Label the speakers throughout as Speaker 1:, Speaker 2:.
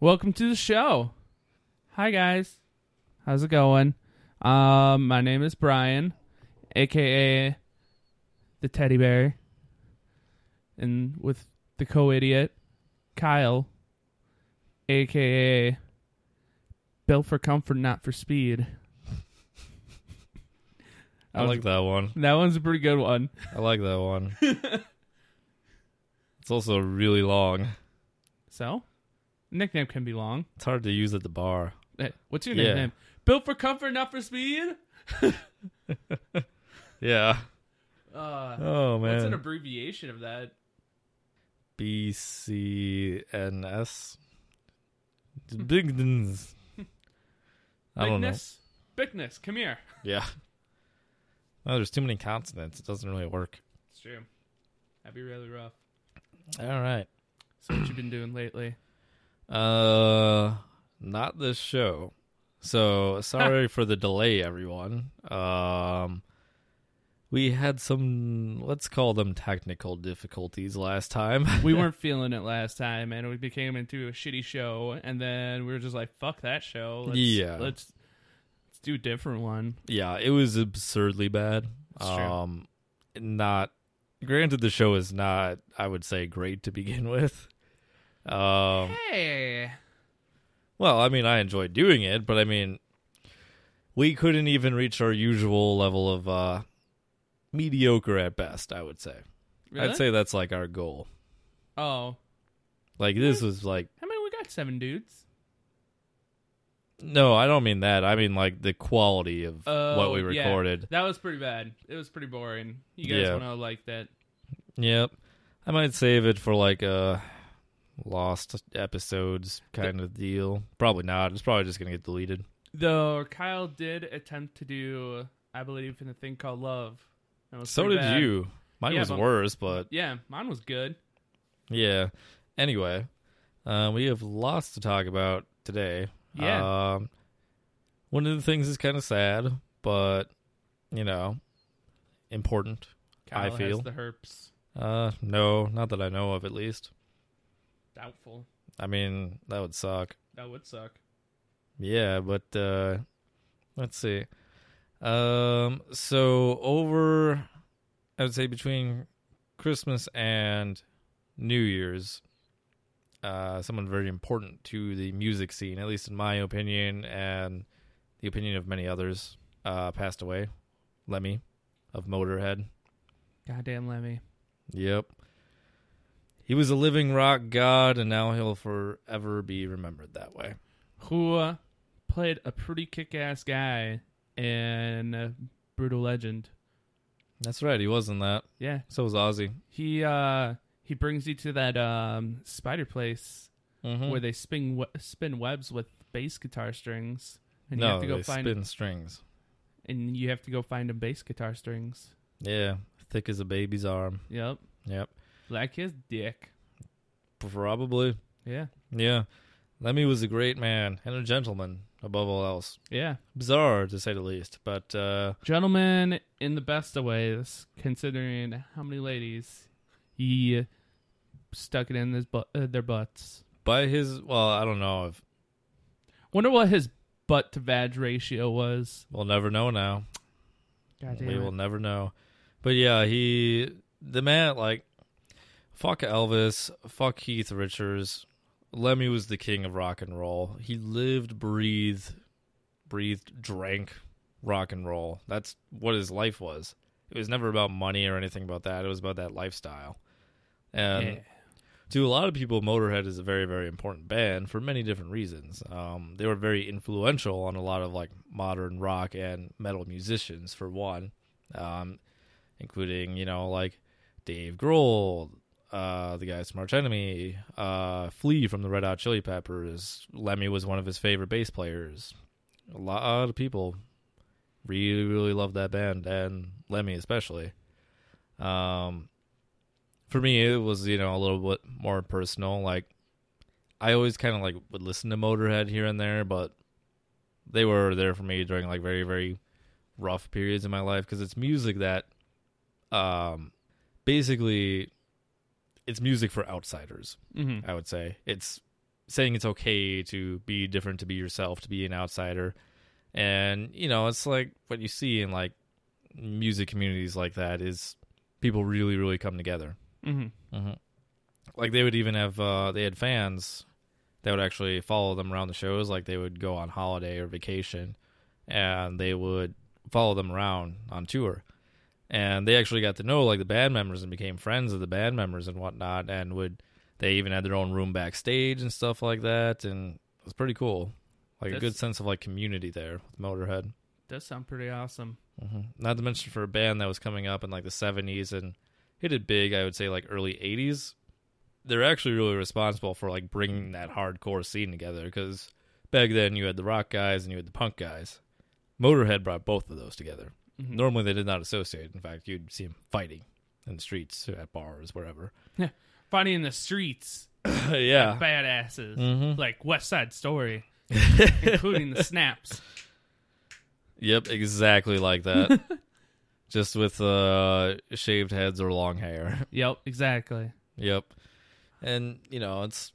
Speaker 1: Welcome to the show. Hi guys. How's it going? Um my name is Brian, aka the teddy bear. And with the co-idiot, Kyle, aka built for comfort, not for speed.
Speaker 2: I like that one.
Speaker 1: That one's a pretty good one.
Speaker 2: I like that one. it's also really long.
Speaker 1: So, nickname can be long.
Speaker 2: It's hard to use at the bar.
Speaker 1: Hey, what's your
Speaker 2: Yeah.
Speaker 1: nickname? Built for comfort, not for speed.
Speaker 2: Yeah.
Speaker 1: Uh,
Speaker 2: Oh
Speaker 1: what's an
Speaker 2: man.
Speaker 1: abbreviation of that?
Speaker 2: B C N S. Big. Ns. I don't know.
Speaker 1: Bigness, bigness, come here.
Speaker 2: Yeah. No, Oh, there's too many consonants. It doesn't really work.
Speaker 1: It's true. That'd be really rough.
Speaker 2: All right.
Speaker 1: So what you been doing lately?
Speaker 2: Uh, not this show. So sorry for the delay, everyone. Um, we had some let's call them technical difficulties last time.
Speaker 1: We weren't feeling it last time, and it became into a shitty show. And then we were just like, "Fuck that show." Let's,
Speaker 2: Yeah.
Speaker 1: let's let's do a different one.
Speaker 2: yeah, it was absurdly bad.
Speaker 1: It's true.
Speaker 2: um, not granted, the show is not I would say great to begin with. Um,
Speaker 1: Hey,
Speaker 2: Well, I mean, I enjoy doing it, but I mean, we couldn't even reach our usual level of uh, mediocre at best. I would say.
Speaker 1: really?
Speaker 2: I'd say that's like our goal.
Speaker 1: Oh,
Speaker 2: Like this was like
Speaker 1: how many we got? Seven dudes.
Speaker 2: no, I don't mean that. I mean like the quality of
Speaker 1: Oh,
Speaker 2: what we
Speaker 1: yeah.
Speaker 2: recorded.
Speaker 1: That was pretty bad. It was pretty boring. You guys
Speaker 2: Yeah.
Speaker 1: want to like that?
Speaker 2: Yep. I might save it for like a lost episodes kind of deal. Probably not. It's probably just gonna get deleted.
Speaker 1: Though Kyle did attempt to do, I believe, in a thing called love. and it was
Speaker 2: So
Speaker 1: pretty
Speaker 2: did
Speaker 1: bad.
Speaker 2: you. Mine
Speaker 1: Yeah,
Speaker 2: was
Speaker 1: but-
Speaker 2: worse, but
Speaker 1: Yeah, mine was good.
Speaker 2: Yeah. Anyway, uh, we have lots to talk about today.
Speaker 1: Yeah.
Speaker 2: Um, one of the things is kind of sad, but you know, important.
Speaker 1: Kyle
Speaker 2: I
Speaker 1: has
Speaker 2: feel.
Speaker 1: the herps.
Speaker 2: Uh, no, not that I know of, at least.
Speaker 1: Doubtful.
Speaker 2: I mean, that would suck.
Speaker 1: That would suck.
Speaker 2: Yeah, but uh, let's see. Um, so over, I would say between Christmas and New Year's, uh, someone very important to the music scene, at least in my opinion, and the opinion of many others, uh, passed away. Lemmy of Motorhead.
Speaker 1: Goddamn Lemmy.
Speaker 2: Yep. He was a living rock god, and now he'll forever be remembered that way.
Speaker 1: Who uh, played a pretty kick ass guy in uh, Brutal Legend.
Speaker 2: That's right. He was in that.
Speaker 1: Yeah.
Speaker 2: So was Ozzy.
Speaker 1: He uh, he brings you to that um, spider place
Speaker 2: Mm-hmm.
Speaker 1: where they spin, we- spin webs with bass guitar strings. And
Speaker 2: no,
Speaker 1: you have to go
Speaker 2: they
Speaker 1: find
Speaker 2: spin strings.
Speaker 1: and you have to go find them bass guitar strings.
Speaker 2: Yeah, thick as a baby's arm.
Speaker 1: Yep.
Speaker 2: Yep,
Speaker 1: Like his dick.
Speaker 2: probably.
Speaker 1: Yeah.
Speaker 2: Yeah, Lemmy was a great man and a gentleman above all else.
Speaker 1: Yeah.
Speaker 2: Bizarre to say the least, but uh,
Speaker 1: Gentlemen, in the best of ways, considering how many ladies he stuck it in his butt, uh, their butts.
Speaker 2: by his well, I don't know if
Speaker 1: Wonder what his butt to vag ratio was.
Speaker 2: we'll never know now.
Speaker 1: God
Speaker 2: we will never know. But yeah, he the man like fuck Elvis, fuck Keith Richards. Lemmy was the king of rock and roll. He lived, breathed, breathed, drank rock and roll. That's what his life was. It was never about money or anything about that. It was about that lifestyle. And
Speaker 1: Yeah.
Speaker 2: to a lot of people, Motorhead is a very, very important band for many different reasons. Um, they were very influential on a lot of like modern rock and metal musicians, for one, um, including you know like Dave Grohl, uh, the guy from Arch Enemy, uh, Flea from the Red Hot Chili Peppers. Lemmy was one of his favorite bass players. A lot of people really, really loved that band, and Lemmy especially. Um, for me it was you know a little bit more personal like i always kind of like would listen to motorhead here and there but they were there for me during like very very rough periods in my life because it's music that um basically it's music for outsiders
Speaker 1: Mm-hmm.
Speaker 2: i would say it's saying it's okay to be different, to be yourself, to be an outsider. And, you know, it's like what you see in like music communities like that is people really, really come together.
Speaker 1: Mm-hmm.
Speaker 2: Mm-hmm. Like they would even have uh, they had fans that would actually follow them around the shows. Like they would go on holiday or vacation, and they would follow them around on tour. And they actually got to know like the band members and became friends of the band members and whatnot. And would they even had their own room backstage and stuff like that? And it was pretty cool. Like a
Speaker 1: That's-
Speaker 2: good sense of like community there with Motorhead.
Speaker 1: Does sound pretty awesome.
Speaker 2: hmm Not to mention for a band that was coming up in like the '70s and hit it big, I would say like early '80s. They're actually really responsible for like bringing that hardcore scene together because back then you had the rock guys and you had the punk guys. Motorhead brought both of those together.
Speaker 1: Mhm.
Speaker 2: Normally they did not associate. In fact, you'd see them fighting in the streets, at bars, wherever.
Speaker 1: Fighting in the streets,
Speaker 2: yeah.
Speaker 1: badasses
Speaker 2: Mhm.
Speaker 1: like West Side Story, including the snaps.
Speaker 2: Yep, exactly like that. Just with uh, shaved heads or long hair.
Speaker 1: Yep, exactly.
Speaker 2: yep. And you know it's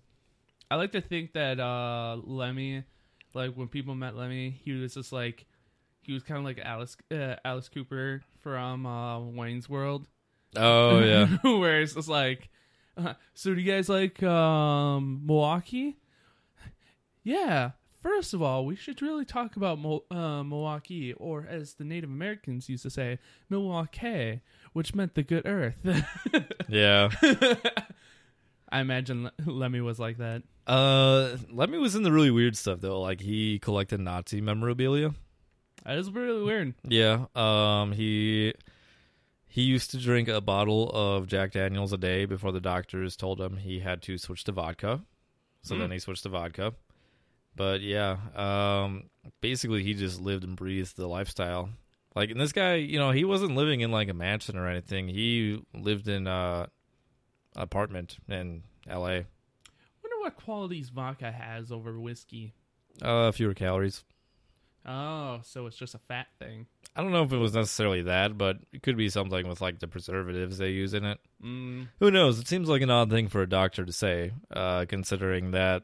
Speaker 1: I like to think that uh Lemmy, like when people met Lemmy, he was just like he was kind of like Alice uh, Alice Cooper from uh, Wayne's World.
Speaker 2: Oh yeah.
Speaker 1: where it's just like, uh, so do you guys like um Milwaukee? Yeah. First of all, we should really talk about Mo- uh, Milwaukee, or as the Native Americans used to say, Milwaukee, which meant the good earth.
Speaker 2: yeah.
Speaker 1: I imagine Le- Lemmy was like that.
Speaker 2: Uh Lemmy was in the really weird stuff though. Like he collected Nazi memorabilia.
Speaker 1: That is really weird.
Speaker 2: Yeah. Um he he used to drink a bottle of Jack Daniels a day before the doctors told him he had to switch to vodka. So
Speaker 1: Mm.
Speaker 2: then he switched to vodka. But yeah, um basically he just lived and breathed the lifestyle. Like and this guy, you know, he wasn't living in like a mansion or anything. He lived in uh apartment in LA.
Speaker 1: Wonder what qualities vodka has over whiskey.
Speaker 2: Uh fewer calories.
Speaker 1: Oh, so it's just a fat thing.
Speaker 2: I don't know if it was necessarily that, but it could be something with like the preservatives they use in it.
Speaker 1: Mm.
Speaker 2: Who knows? It seems like an odd thing for a doctor to say, uh, considering that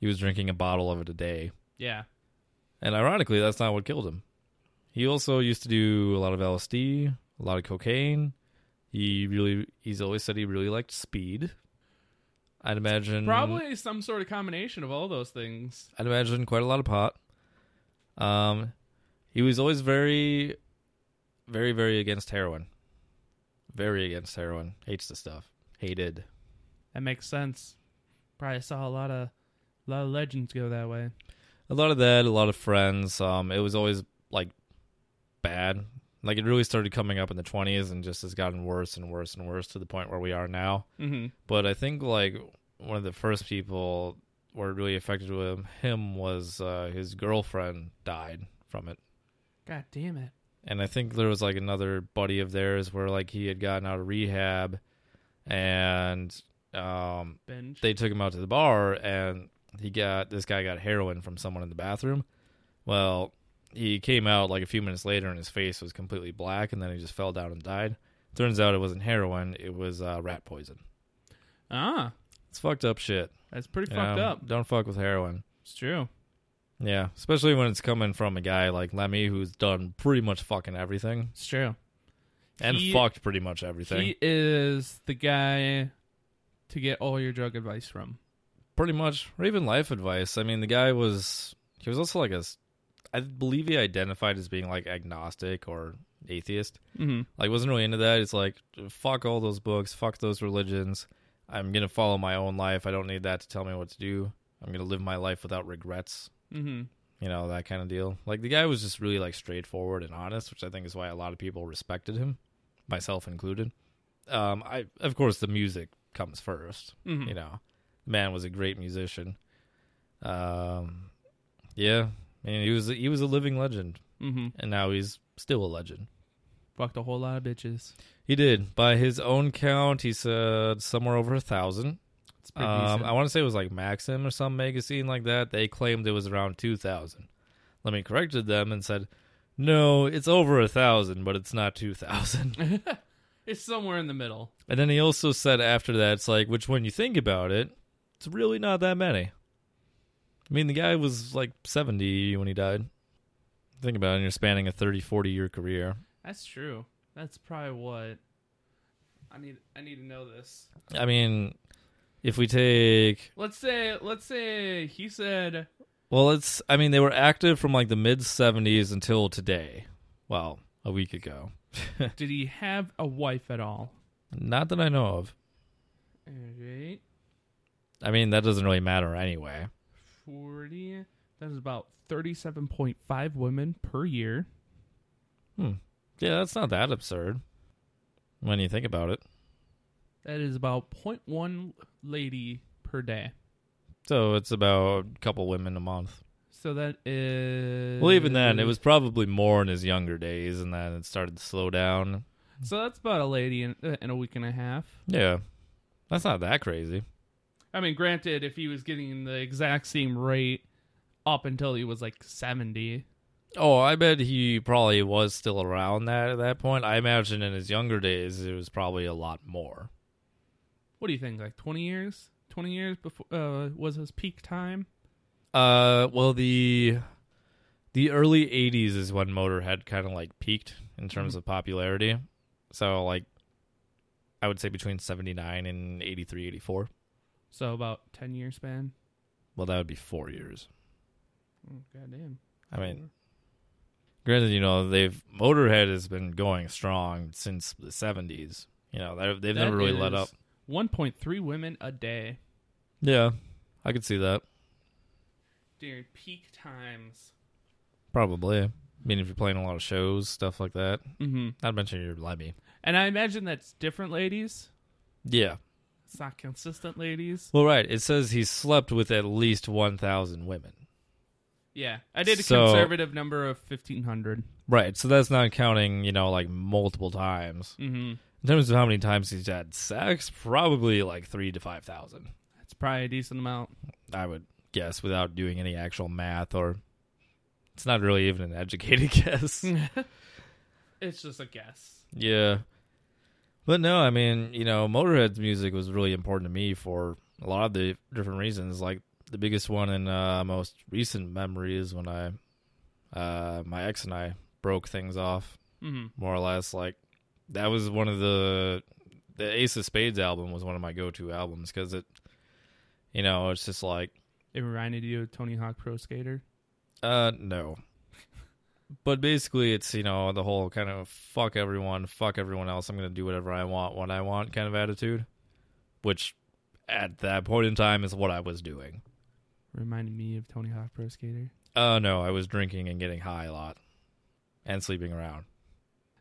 Speaker 2: he was drinking a bottle of it a day.
Speaker 1: Yeah.
Speaker 2: And ironically, that's not what killed him. He also used to do a lot of LSD, a lot of cocaine. He really, he's always said he really liked speed. I'd
Speaker 1: Mm.
Speaker 2: imagine
Speaker 1: Probably some sort of combination of all those things.
Speaker 2: I'd imagine quite a lot of pot. Um, he was always very, very, very against heroin. Very against heroin. Hates the stuff. Hated.
Speaker 1: That makes sense. Probably saw a lot of lot of legends go that way.
Speaker 2: A lot of that. A lot of friends. Um, it was always like bad. Like it really started coming up in the twenties and just has gotten worse and worse and worse to the point where we are now.
Speaker 1: Mm-hmm.
Speaker 2: But I think like one of the first people where it really affected him, him was uh, his girlfriend died from it.
Speaker 1: God damn it.
Speaker 2: and I think there was like another buddy of theirs where like he had gotten out of rehab, and um,
Speaker 1: Binge.
Speaker 2: they took him out to the bar, and he got this guy got heroin from someone in the bathroom. Well, he came out like a few minutes later, and his face was completely black, and then he just fell down and died. Turns out it wasn't heroin; it was uh, rat poison.
Speaker 1: ah,
Speaker 2: It's fucked up shit.
Speaker 1: that's pretty
Speaker 2: you
Speaker 1: fucked
Speaker 2: know?
Speaker 1: up.
Speaker 2: Don't fuck with heroin.
Speaker 1: It's true.
Speaker 2: Yeah, especially when it's coming from a guy like Lemmy, who's done pretty much fucking everything
Speaker 1: It's true.
Speaker 2: and
Speaker 1: He-
Speaker 2: fucked pretty much everything.
Speaker 1: He is the guy to get all your drug advice from.
Speaker 2: pretty much or even life advice i mean the guy was he was also like a s- i believe he identified as being like agnostic or atheist
Speaker 1: Mm-hmm.
Speaker 2: like wasn't really into that it's like fuck all those books fuck those religions i'm gonna follow my own life i don't need that to tell me what to do i'm gonna live my life without regrets
Speaker 1: Mm-hmm.
Speaker 2: you know that kind of deal like the guy was just really like straightforward and honest which i think is why a lot of people respected him myself included um i of course the music comes first
Speaker 1: Mm-hmm.
Speaker 2: you know, the man was a great musician. Um, yeah, I mean, he was he was a living legend,
Speaker 1: mm-hmm.
Speaker 2: and now he's still a legend.
Speaker 1: Fucked a whole lot of bitches.
Speaker 2: He did, by his own count, he said somewhere over a thousand.
Speaker 1: It's pretty
Speaker 2: Um,
Speaker 1: decent.
Speaker 2: I want to say it was like Maxim or some magazine like that. They claimed it was around two thousand. Let me corrected them and said, no, it's over a thousand, but it's not two thousand.
Speaker 1: it's somewhere in the middle.
Speaker 2: and then he also said after that, it's like, which when you think about it, it's really not that many. I mean, the guy was like 70 when he died. Think about it, and you're spanning a 30, 40 year career.
Speaker 1: That's true. That's probably what I need. I need to know this.
Speaker 2: I mean, if we take,
Speaker 1: Let's say, let's say he said,
Speaker 2: well, it's, I mean, they were active from like the mid 70s until today. Well, a week ago.
Speaker 1: did he have a wife at all?
Speaker 2: Not that I know of.
Speaker 1: All right,
Speaker 2: I mean, that doesn't really matter anyway.
Speaker 1: forty. That is about thirty-seven point five women per year.
Speaker 2: Yeah, that's not that absurd when you think about it.
Speaker 1: That is about 0.1 lady per day.
Speaker 2: So it's about a couple women a month.
Speaker 1: So that is.
Speaker 2: Well, even then, it was probably more in his younger days, and then it started to slow down.
Speaker 1: So that's about a lady in, uh, in a week and a half.
Speaker 2: Yeah, that's not that crazy.
Speaker 1: I mean, granted, if he was getting the exact same rate up until he was like 70.
Speaker 2: Oh, I bet he probably was still around that at that point. I imagine in his younger days, it was probably a lot more.
Speaker 1: What do you think? Like 20 years? 20 years before uh, was his peak time?
Speaker 2: Uh, well the the early '80s is when Motorhead kind of like peaked in terms of popularity. So like, I would say between '79 and '83, '84.
Speaker 1: So about 10 year span.
Speaker 2: Well, that would be four years.
Speaker 1: Oh, goddamn.
Speaker 2: I mean, granted, you know they've Motorhead has been going strong since the '70s. You know they've, they've never really let up.
Speaker 1: 1.3 women a day
Speaker 2: Yeah, I could see that
Speaker 1: during peak times.
Speaker 2: probably. I mean, if you're playing a lot of shows, stuff like that.
Speaker 1: Mm-hmm.
Speaker 2: Not mentioning your Lemmy.
Speaker 1: And I imagine that's different ladies.
Speaker 2: Yeah.
Speaker 1: It's not consistent ladies.
Speaker 2: Well, right. It says he slept with at least 1,000 women.
Speaker 1: Yeah, I did a
Speaker 2: So-
Speaker 1: conservative number of fifteen hundred.
Speaker 2: Right. So that's not counting, you know, like multiple times.
Speaker 1: Mm-hmm.
Speaker 2: In terms of how many times he's had sex, probably like three to 5,000,
Speaker 1: That's probably a decent amount.
Speaker 2: I would guess, without doing any actual math or. It's not really even an educated guess.
Speaker 1: It's just a guess.
Speaker 2: Yeah. But no, I mean, you know, Motorhead's music was really important to me for a lot of the different reasons. Like the biggest one and uh, most recent memory is when I, uh, my ex and I broke things off,
Speaker 1: Mm-hmm.
Speaker 2: more or less. Like that was one of the the Ace of Spades album was one of my go to albums because it, you know, it's just like
Speaker 1: It reminded you of Tony Hawk Pro Skater.
Speaker 2: Uh, no. But basically, it's you know the whole kind of fuck everyone, fuck everyone else. I'm gonna do whatever I want, when I want kind of attitude, which at that point in time is what I was doing.
Speaker 1: Reminded me of Tony Hawk Pro Skater.
Speaker 2: Uh, no, I was drinking and getting high a lot, and sleeping around.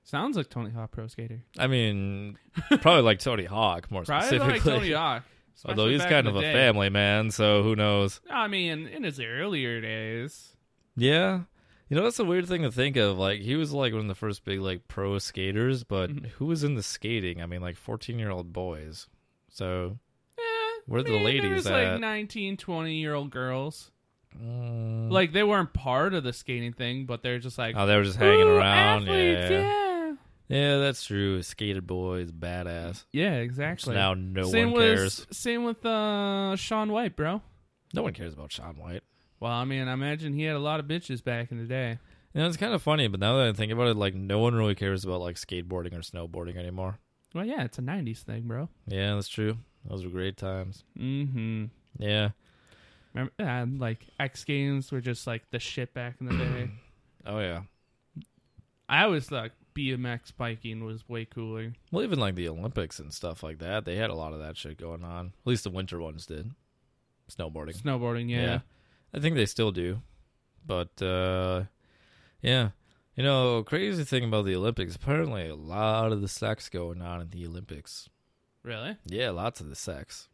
Speaker 1: Sounds like Tony Hawk Pro Skater.
Speaker 2: I mean, probably like Tony Hawk more
Speaker 1: Probably
Speaker 2: specifically.
Speaker 1: like Tony Hawk.
Speaker 2: Although
Speaker 1: especially
Speaker 2: he's
Speaker 1: back in
Speaker 2: kind of
Speaker 1: the
Speaker 2: a
Speaker 1: day.
Speaker 2: family man, so who knows?
Speaker 1: I mean, in his earlier days.
Speaker 2: Yeah. You know, that's a weird thing to think of. Like, he was like one of the first big, like, pro skaters, but
Speaker 1: Mhm.
Speaker 2: who was in the skating? I mean, like, 14 year old boys. So,
Speaker 1: Eh,
Speaker 2: Where
Speaker 1: I
Speaker 2: the
Speaker 1: mean, there
Speaker 2: ladies
Speaker 1: was
Speaker 2: at?
Speaker 1: like 19, 20 year old girls.
Speaker 2: mm,
Speaker 1: Like they weren't part of the skating thing, but they're just like
Speaker 2: oh, they were just hanging
Speaker 1: "Ooh,
Speaker 2: around.
Speaker 1: athletes,
Speaker 2: yeah.
Speaker 1: yeah.
Speaker 2: Yeah, that's true. Skater boys, badass.
Speaker 1: Yeah, exactly.
Speaker 2: now no
Speaker 1: same
Speaker 2: one
Speaker 1: with
Speaker 2: cares.
Speaker 1: same with uh, Sean White, bro.
Speaker 2: No one cares about Sean White.
Speaker 1: Well, I mean, I imagine he had a lot of bitches back in the day.
Speaker 2: You know, it's kind of funny, but now that I think about it, like, no one really cares about, like, skateboarding or snowboarding anymore.
Speaker 1: Well, yeah, it's a '90s thing, bro.
Speaker 2: Yeah, that's true. Those were great times.
Speaker 1: Mm-hmm.
Speaker 2: Yeah.
Speaker 1: Remember, and, like X Games were just like the shit back in the day.
Speaker 2: Oh, yeah.
Speaker 1: I always thought BMX biking was way cooler.
Speaker 2: Well, even like the Olympics and stuff like that, they had a lot of that shit going on. At least the winter ones did. Snowboarding.
Speaker 1: Snowboarding, yeah.
Speaker 2: I think they still do. But uh yeah. You know, crazy thing about the Olympics, apparently a lot of the sex going on at the Olympics.
Speaker 1: Really?
Speaker 2: Yeah, lots of the sex.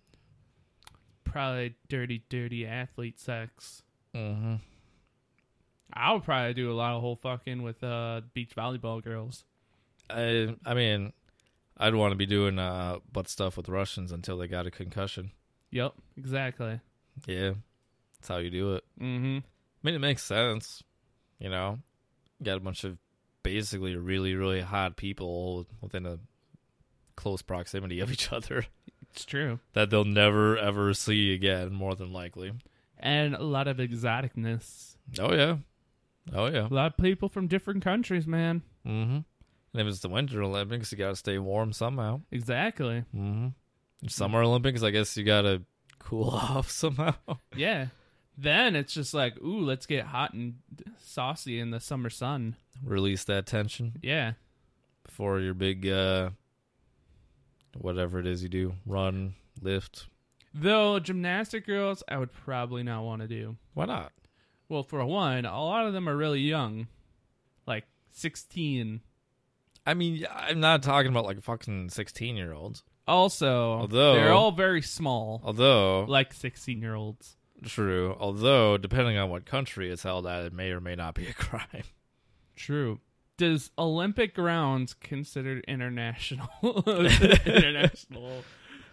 Speaker 1: Probably dirty, dirty athlete sex.
Speaker 2: Mm-hmm.
Speaker 1: I would probably do a lot of whole fucking with uh beach volleyball girls.
Speaker 2: I I mean, I'd want to be doing uh butt stuff with Russians until they got a concussion.
Speaker 1: Yep, exactly.
Speaker 2: Yeah. That's how you do it.
Speaker 1: Mm-hmm.
Speaker 2: I mean, it makes sense. You know, got a bunch of basically really, really hot people within a close proximity of each other
Speaker 1: It's true.
Speaker 2: that they'll never ever see again, more than likely.
Speaker 1: and a lot of exoticness.
Speaker 2: Oh yeah, oh yeah.
Speaker 1: A lot of people from different countries, man.
Speaker 2: Mm-hmm. And if it's the Winter Olympics, you got to stay warm somehow.
Speaker 1: Exactly.
Speaker 2: Mm-hmm. Summer Olympics, I guess you got to cool off somehow.
Speaker 1: Yeah. Then it's just like, ooh, let's get hot and saucy in the summer sun.
Speaker 2: Release that tension
Speaker 1: Yeah.
Speaker 2: before your big, uh, whatever it is you do, run, lift.
Speaker 1: Though gymnastic girls, I would probably not want to do.
Speaker 2: Why not?
Speaker 1: Well, for one, a lot of them are really young, like 16.
Speaker 2: I mean, I'm not talking about like fucking 16 year olds.
Speaker 1: Also,
Speaker 2: Although-
Speaker 1: they're all very small,
Speaker 2: Although,
Speaker 1: like 16 year olds.
Speaker 2: true. Although, depending on what country it's held at, it may or may not be a crime.
Speaker 1: True. Does Olympic grounds considered international international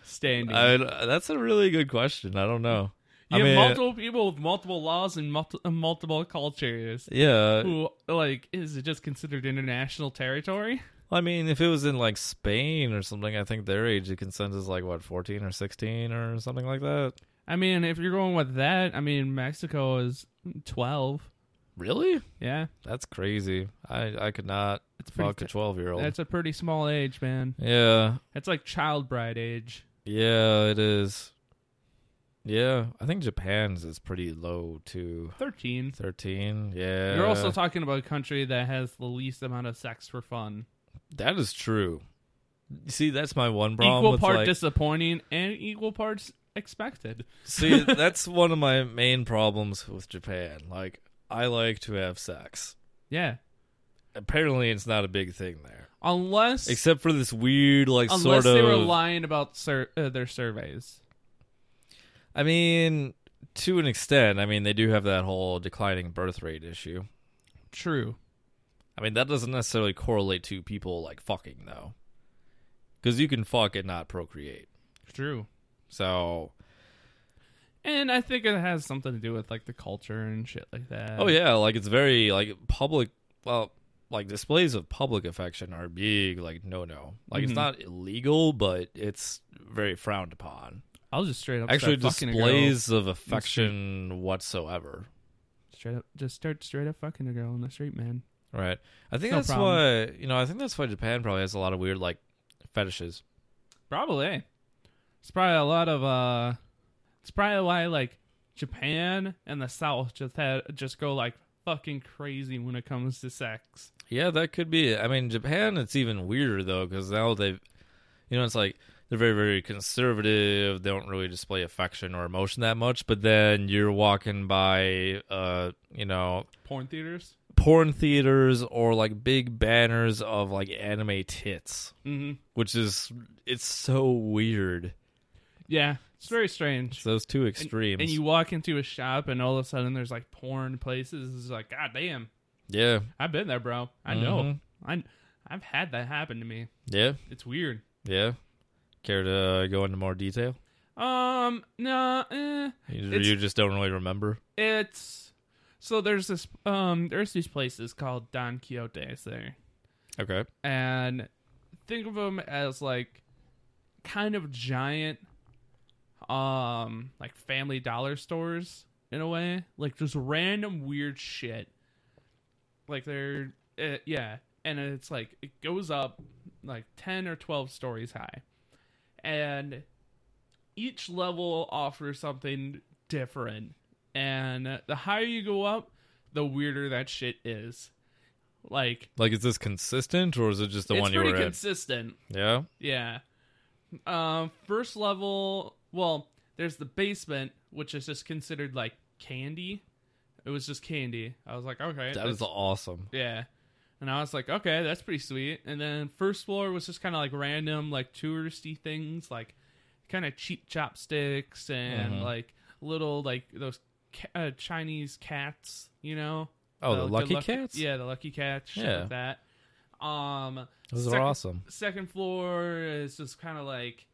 Speaker 1: standing?
Speaker 2: I, that's a really good question. I don't know.
Speaker 1: you
Speaker 2: I
Speaker 1: have
Speaker 2: mean,
Speaker 1: multiple people with multiple laws and multi- multiple cultures.
Speaker 2: Yeah.
Speaker 1: Who like is it just considered international territory?
Speaker 2: I mean, if it was in like Spain or something, I think their age of consent is like what, 14 or 16 or something like that.
Speaker 1: I mean, if you're going with that, I mean Mexico is 12.
Speaker 2: Really?
Speaker 1: Yeah,
Speaker 2: That's crazy. I I could not
Speaker 1: it's pretty.
Speaker 2: fuck a 12 year old.
Speaker 1: that's a pretty small age, man.
Speaker 2: Yeah.
Speaker 1: That's like child bride age.
Speaker 2: Yeah, it is. Yeah, I think Japan's is pretty low too.
Speaker 1: 13.
Speaker 2: 13. Yeah.
Speaker 1: You're also talking about a country that has the least amount of sex for fun.
Speaker 2: that is true. You See, that's my one problem
Speaker 1: equal
Speaker 2: with
Speaker 1: part
Speaker 2: like
Speaker 1: disappointing and equal parts expected.
Speaker 2: See, that's one of my main problems with Japan. Like I like to have sex.
Speaker 1: Yeah.
Speaker 2: Apparently, it's not a big thing there.
Speaker 1: Unless
Speaker 2: except for this weird like
Speaker 1: unless
Speaker 2: sort
Speaker 1: they
Speaker 2: of
Speaker 1: were lying about sur- uh, their surveys.
Speaker 2: i mean to an extent i mean they do have that whole declining birth rate issue
Speaker 1: True.
Speaker 2: i mean that doesn't necessarily correlate to people like fucking though because you can fuck and not procreate
Speaker 1: True.
Speaker 2: so
Speaker 1: And I think it has something to do with like the culture and shit like that.
Speaker 2: oh yeah like it's very like public well like displays of public affection are big like no no like it's
Speaker 1: Mhm.
Speaker 2: not illegal but it's very frowned upon
Speaker 1: I'll just straight up
Speaker 2: actually
Speaker 1: start fucking a girl.
Speaker 2: displays of affection whatsoever
Speaker 1: straight up just start straight up fucking a girl in the street, man.
Speaker 2: Right. I think
Speaker 1: No
Speaker 2: that's
Speaker 1: problem.
Speaker 2: why you know, I think that's why Japan probably has a lot of weird like fetishes.
Speaker 1: Probably. It's probably a lot of uh it's probably why like Japan and the South just had just go like fucking crazy when it comes to sex.
Speaker 2: Yeah, that could be. it. I mean, Japan it's even weirder though cuz now they've you know, it's like they're very very conservative. They don't really display affection or emotion that much, but then you're walking by uh, you know,
Speaker 1: Porn theaters?
Speaker 2: porn theaters or like big banners of like anime tits,
Speaker 1: Mm-hmm.
Speaker 2: which is it's so weird.
Speaker 1: Yeah. It's very strange.
Speaker 2: It's those two extremes.
Speaker 1: And you walk into a shop and all of a sudden there's like porn places. It's like, God damn,
Speaker 2: yeah.
Speaker 1: I've been there, bro. I know.
Speaker 2: Mhm.
Speaker 1: I I've had that happen to me.
Speaker 2: Yeah.
Speaker 1: It's weird.
Speaker 2: Yeah. Care to uh, go into more detail?
Speaker 1: Um, no, eh.
Speaker 2: You,
Speaker 1: It's-
Speaker 2: you just don't really remember.
Speaker 1: it's so there's this um there's these places called Don Quixotes there,
Speaker 2: Okay.
Speaker 1: and think of them as like kind of giant, um, like Family Dollar stores in a way, like just random weird shit. Like they're uh, yeah, and it's like it goes up like ten or twelve stories high, and each level offers something different. And the higher you go up, the weirder that shit is. Like
Speaker 2: Like, is this consistent or is it just the
Speaker 1: it's
Speaker 2: one you
Speaker 1: pretty
Speaker 2: were
Speaker 1: consistent.
Speaker 2: at? Yeah.
Speaker 1: Yeah. Um, first level. Well, there's the basement, which is just considered like candy. It was just candy. I was like, okay,
Speaker 2: That is
Speaker 1: that's-
Speaker 2: awesome.
Speaker 1: yeah. And I was like, okay, that's pretty sweet. And then first floor was just kind of like random, like touristy things, like kind of cheap chopsticks and
Speaker 2: Mhm.
Speaker 1: like little like those ca- uh, Chinese cats, you know?
Speaker 2: Oh, the,
Speaker 1: good
Speaker 2: lucky cats?
Speaker 1: Yeah, the lucky cats, shit like that. Um,
Speaker 2: Those
Speaker 1: Second-
Speaker 2: are awesome.
Speaker 1: second floor is just kind of like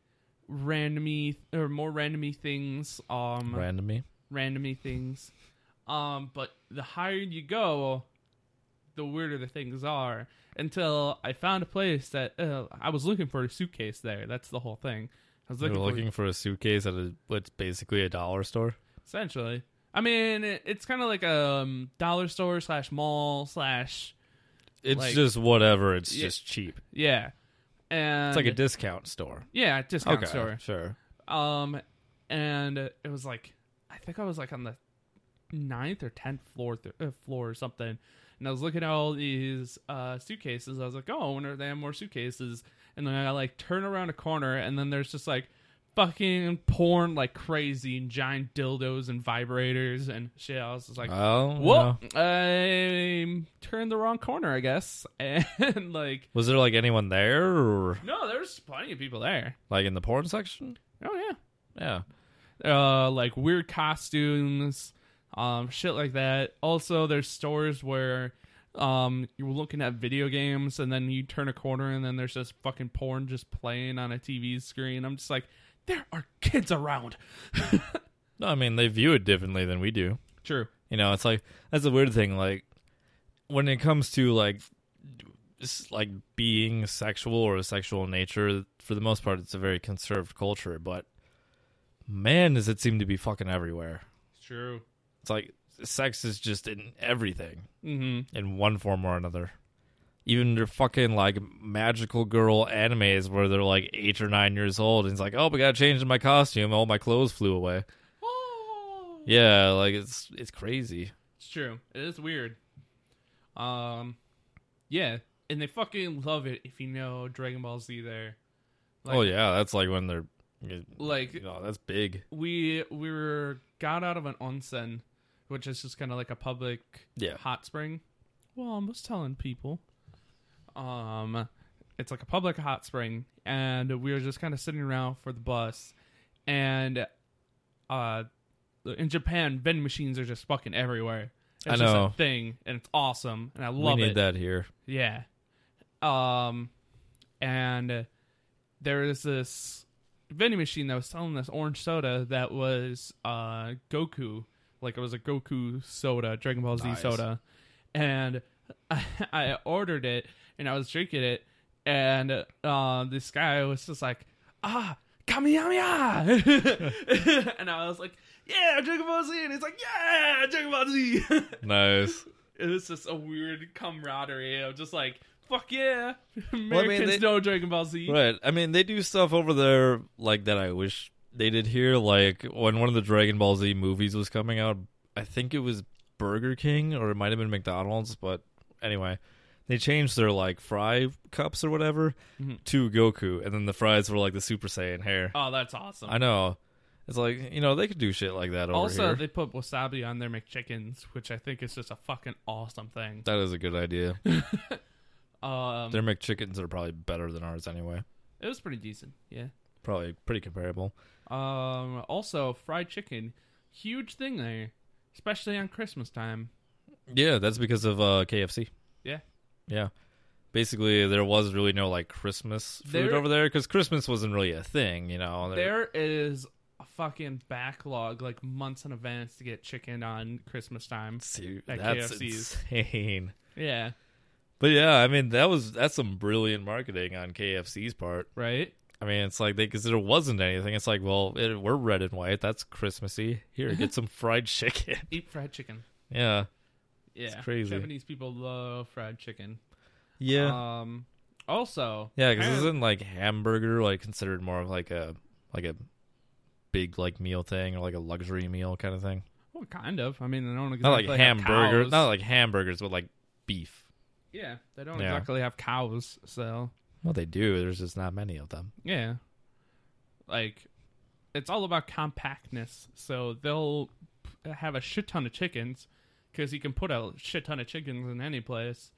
Speaker 1: randomy or more randomy things um
Speaker 2: Randomy.
Speaker 1: randomy things um but the higher you go the weirder the things are until i found a place that uh, i was looking for a suitcase there that's the whole thing i was
Speaker 2: You're
Speaker 1: looking,
Speaker 2: looking for a suitcase at a what's basically a dollar store.
Speaker 1: for essentially I mean, it, it's kind of like a um, dollar store slash mall slash
Speaker 2: It's
Speaker 1: Like-
Speaker 2: just whatever. It's
Speaker 1: Yeah.
Speaker 2: just cheap.
Speaker 1: yeah, and
Speaker 2: It's like a discount store.
Speaker 1: yeah discount store.
Speaker 2: sure.
Speaker 1: Um, and it was like I think I was like on the ninth or tenth floor th- uh, floor or something, and I was looking at all these uh, suitcases. I was like, oh, I wonder if they have more suitcases. And then I like turn around a corner, and then there's just like fucking porn like crazy and giant dildos and vibrators and shit. I was just like,
Speaker 2: Oh,
Speaker 1: well,
Speaker 2: no.
Speaker 1: I turned the wrong corner, I guess. And like,
Speaker 2: was there like anyone there, or
Speaker 1: no, there's plenty of people there.
Speaker 2: like in the porn section?
Speaker 1: Oh yeah.
Speaker 2: Yeah.
Speaker 1: uh, like weird costumes, um, shit like that. Also, there's stores where um, you were looking at video games and then you turn a corner and then there's just fucking porn just playing on a TV screen. I'm just like, there are kids around.
Speaker 2: No, I mean they view it differently than we do.
Speaker 1: True.
Speaker 2: You know, it's like that's a weird thing. Like when it comes to like s- like being sexual or sexual nature, for the most part, it's a very conserved culture. But man, does it seem to be fucking everywhere.
Speaker 1: True.
Speaker 2: It's like sex is just in everything
Speaker 1: Mm-hmm.
Speaker 2: in one form or another. Even their fucking like magical girl animes where they're like eight or nine years old and it's like, oh, we gotta change my costume. All my clothes flew away.
Speaker 1: Oh.
Speaker 2: Yeah, like it's it's crazy.
Speaker 1: It's true. It is weird. Um, yeah, and they fucking love it if you know Dragon Ball Z. There, Like-
Speaker 2: oh yeah, that's like when they're
Speaker 1: like
Speaker 2: you know, that's big.
Speaker 1: we we were got out of an onsen, which is just kind of like a public
Speaker 2: Yeah.
Speaker 1: hot spring. Well, I was telling people, um, it's like a public hot spring, and we were just kind of sitting around for the bus, and uh, in Japan, vending machines are just fucking everywhere. It's
Speaker 2: I
Speaker 1: just
Speaker 2: know.
Speaker 1: a thing, and it's awesome, and I love
Speaker 2: we
Speaker 1: it.
Speaker 2: need that here.
Speaker 1: Yeah. Um, and there is this vending machine that was selling this orange soda that was uh Goku, like it was a Goku soda, Dragon Ball Z
Speaker 2: Nice.
Speaker 1: soda, and I, I ordered it and I was drinking it, and uh, this guy was just like, ah. Kamiyamiya! and I was like, yeah, Dragon Ball Z! And he's like, yeah, Dragon Ball Z!
Speaker 2: Nice.
Speaker 1: it was just a weird camaraderie of just like fuck yeah americans
Speaker 2: they-
Speaker 1: know dragon ball z
Speaker 2: right. I mean they do stuff over there like that I wish they did here. Like when one of the Dragon Ball Z movies was coming out, I think it was Burger King or it might have been McDonald's, but anyway. They changed their like fry cups or whatever
Speaker 1: Mhm.
Speaker 2: to Goku and then the fries were like the Super Saiyan hair.
Speaker 1: oh that's awesome
Speaker 2: I know. It's like, you know, they could do shit like that over
Speaker 1: also
Speaker 2: here.
Speaker 1: they put wasabi on their mcchickens which i think is just a fucking awesome thing
Speaker 2: that is a good idea.
Speaker 1: um
Speaker 2: Their McChickens are probably better than ours anyway.
Speaker 1: it was pretty decent yeah
Speaker 2: Probably pretty comparable.
Speaker 1: um also fried chicken huge thing there especially on christmas time
Speaker 2: Yeah, that's because of uh, KFC.
Speaker 1: Yeah.
Speaker 2: Yeah. Basically, there was really no like Christmas food
Speaker 1: There-
Speaker 2: over there because Christmas wasn't really a thing, you know. There-
Speaker 1: there is a fucking backlog like months in advance to get chicken on christmas time
Speaker 2: See,
Speaker 1: at
Speaker 2: that's
Speaker 1: KFCs.
Speaker 2: insane.
Speaker 1: yeah
Speaker 2: But yeah, I mean, that was that's some brilliant marketing on KFC's part.
Speaker 1: right
Speaker 2: I mean, it's like they because there wasn't anything. It's like, well, it, we're red and white. That's Christmassy. Here, get some fried chicken.
Speaker 1: eat fried chicken
Speaker 2: Yeah.
Speaker 1: yeah
Speaker 2: crazy.
Speaker 1: japanese people love fried chicken
Speaker 2: Yeah.
Speaker 1: Um. Also.
Speaker 2: Yeah, because
Speaker 1: apparent-
Speaker 2: isn't like hamburger like considered more of like a like a big like meal thing or like a luxury meal kind of thing?
Speaker 1: well, kind of. I mean, they don't
Speaker 2: Not like,
Speaker 1: exactly have
Speaker 2: hamburger,
Speaker 1: cows.
Speaker 2: not like hamburgers, but like beef.
Speaker 1: yeah, they don't
Speaker 2: Yeah.
Speaker 1: exactly have cows. So
Speaker 2: Well, they do. There's just not many of them.
Speaker 1: yeah, like it's all about compactness. So they'll p- have a shit ton of chickens because you can put a shit ton of chickens in any place.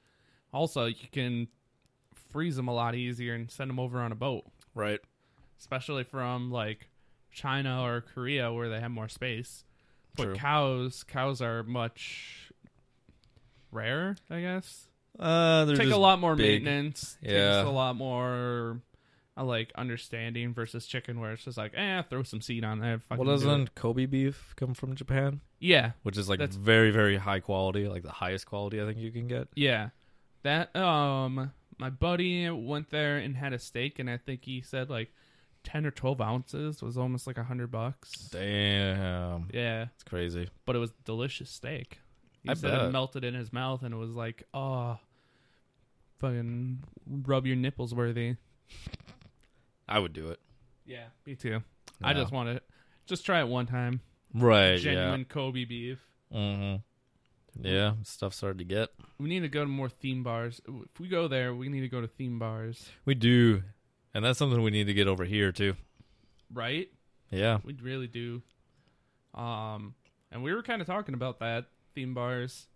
Speaker 1: Also, you can freeze them a lot easier and send them over on a boat,
Speaker 2: Right.
Speaker 1: especially from like China or Korea where they have more space. But
Speaker 2: True.
Speaker 1: cows, cows are much rare, I guess.
Speaker 2: Uh, they're
Speaker 1: Take
Speaker 2: just
Speaker 1: a lot more
Speaker 2: big.
Speaker 1: maintenance.
Speaker 2: Yeah.
Speaker 1: Takes a lot more, uh, like understanding versus chicken, where it's just like, eh, throw some seed on there. Fucking
Speaker 2: Well,
Speaker 1: do it.
Speaker 2: doesn't Kobe beef come from Japan,
Speaker 1: Yeah,
Speaker 2: which is like
Speaker 1: That's-
Speaker 2: very very high quality, like the highest quality I think you can get.
Speaker 1: yeah. That um, my buddy went there and had a steak, and I think he said like ten or twelve ounces was almost like a hundred bucks.
Speaker 2: Damn,
Speaker 1: Yeah,
Speaker 2: it's crazy.
Speaker 1: but it was delicious steak. He
Speaker 2: I
Speaker 1: said it
Speaker 2: bet.
Speaker 1: melted in his mouth and it was like, oh, fucking rub your nipples worthy.
Speaker 2: I would do it.
Speaker 1: Yeah, me too. I
Speaker 2: Yeah.
Speaker 1: just want to just try it one time.
Speaker 2: Right.
Speaker 1: Genuine Kobe beef.
Speaker 2: Yeah. Mm-hmm. Yeah. Stuff's hard to get.
Speaker 1: We need to go to more theme bars. If we go there, we need to go to theme bars,
Speaker 2: We do, and that's something we need to get over here too.
Speaker 1: right?
Speaker 2: Yeah.
Speaker 1: We really do. Um, and we were kind of talking about that theme bars,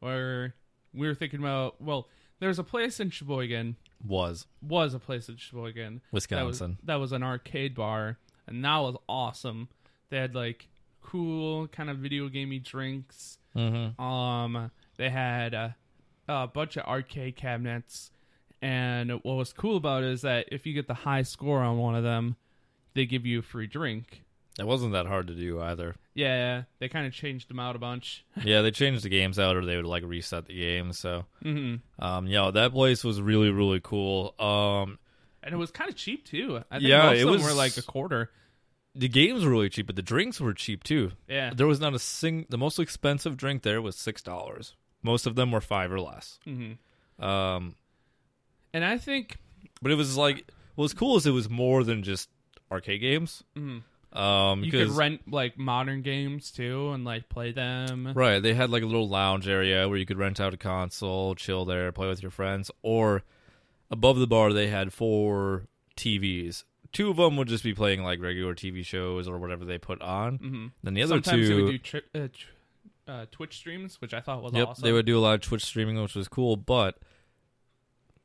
Speaker 1: where we were thinking about. Well, there's a place in Sheboygan.
Speaker 2: Was
Speaker 1: Was a place in Sheboygan that was
Speaker 2: Wisconsin.
Speaker 1: that was an arcade bar, and that was awesome. They had like cool kind of video gamey drinks.
Speaker 2: mm-hmm.
Speaker 1: Um, they had a, a bunch of arcade cabinets, and what was cool about it is that if you get the high score on one of them, they give you a free drink.
Speaker 2: It wasn't that hard to do either.
Speaker 1: Yeah, they kind of changed them out a bunch.
Speaker 2: yeah, they changed the games out, or they would like reset the game. So,
Speaker 1: hmm
Speaker 2: um, yeah, that place was really really cool. Um,
Speaker 1: And it was kind of cheap too. I think
Speaker 2: Yeah,
Speaker 1: most
Speaker 2: it
Speaker 1: of them
Speaker 2: was-
Speaker 1: were like a quarter.
Speaker 2: the games were really cheap, but the drinks were cheap too.
Speaker 1: Yeah.
Speaker 2: There was not a sing. The most expensive drink there was six dollars. Most of them were five or less.
Speaker 1: hmm
Speaker 2: Um,
Speaker 1: And I think
Speaker 2: but it was like what was cool is it was more than just arcade games.
Speaker 1: Mhm.
Speaker 2: Um,
Speaker 1: you could
Speaker 2: because-
Speaker 1: rent like modern games too and like play them.
Speaker 2: Right. They had like a little lounge area where you could rent out a console, chill there, play with your friends, or above the bar they had four TVs. Two of them would just be playing like regular TV shows or whatever they put on.
Speaker 1: hmm
Speaker 2: Then the other
Speaker 1: Sometimes
Speaker 2: two
Speaker 1: they would do tri- uh, tr- uh, Twitch streams, which I thought was
Speaker 2: Yep,
Speaker 1: awesome.
Speaker 2: they would do a lot of Twitch streaming, which was cool, but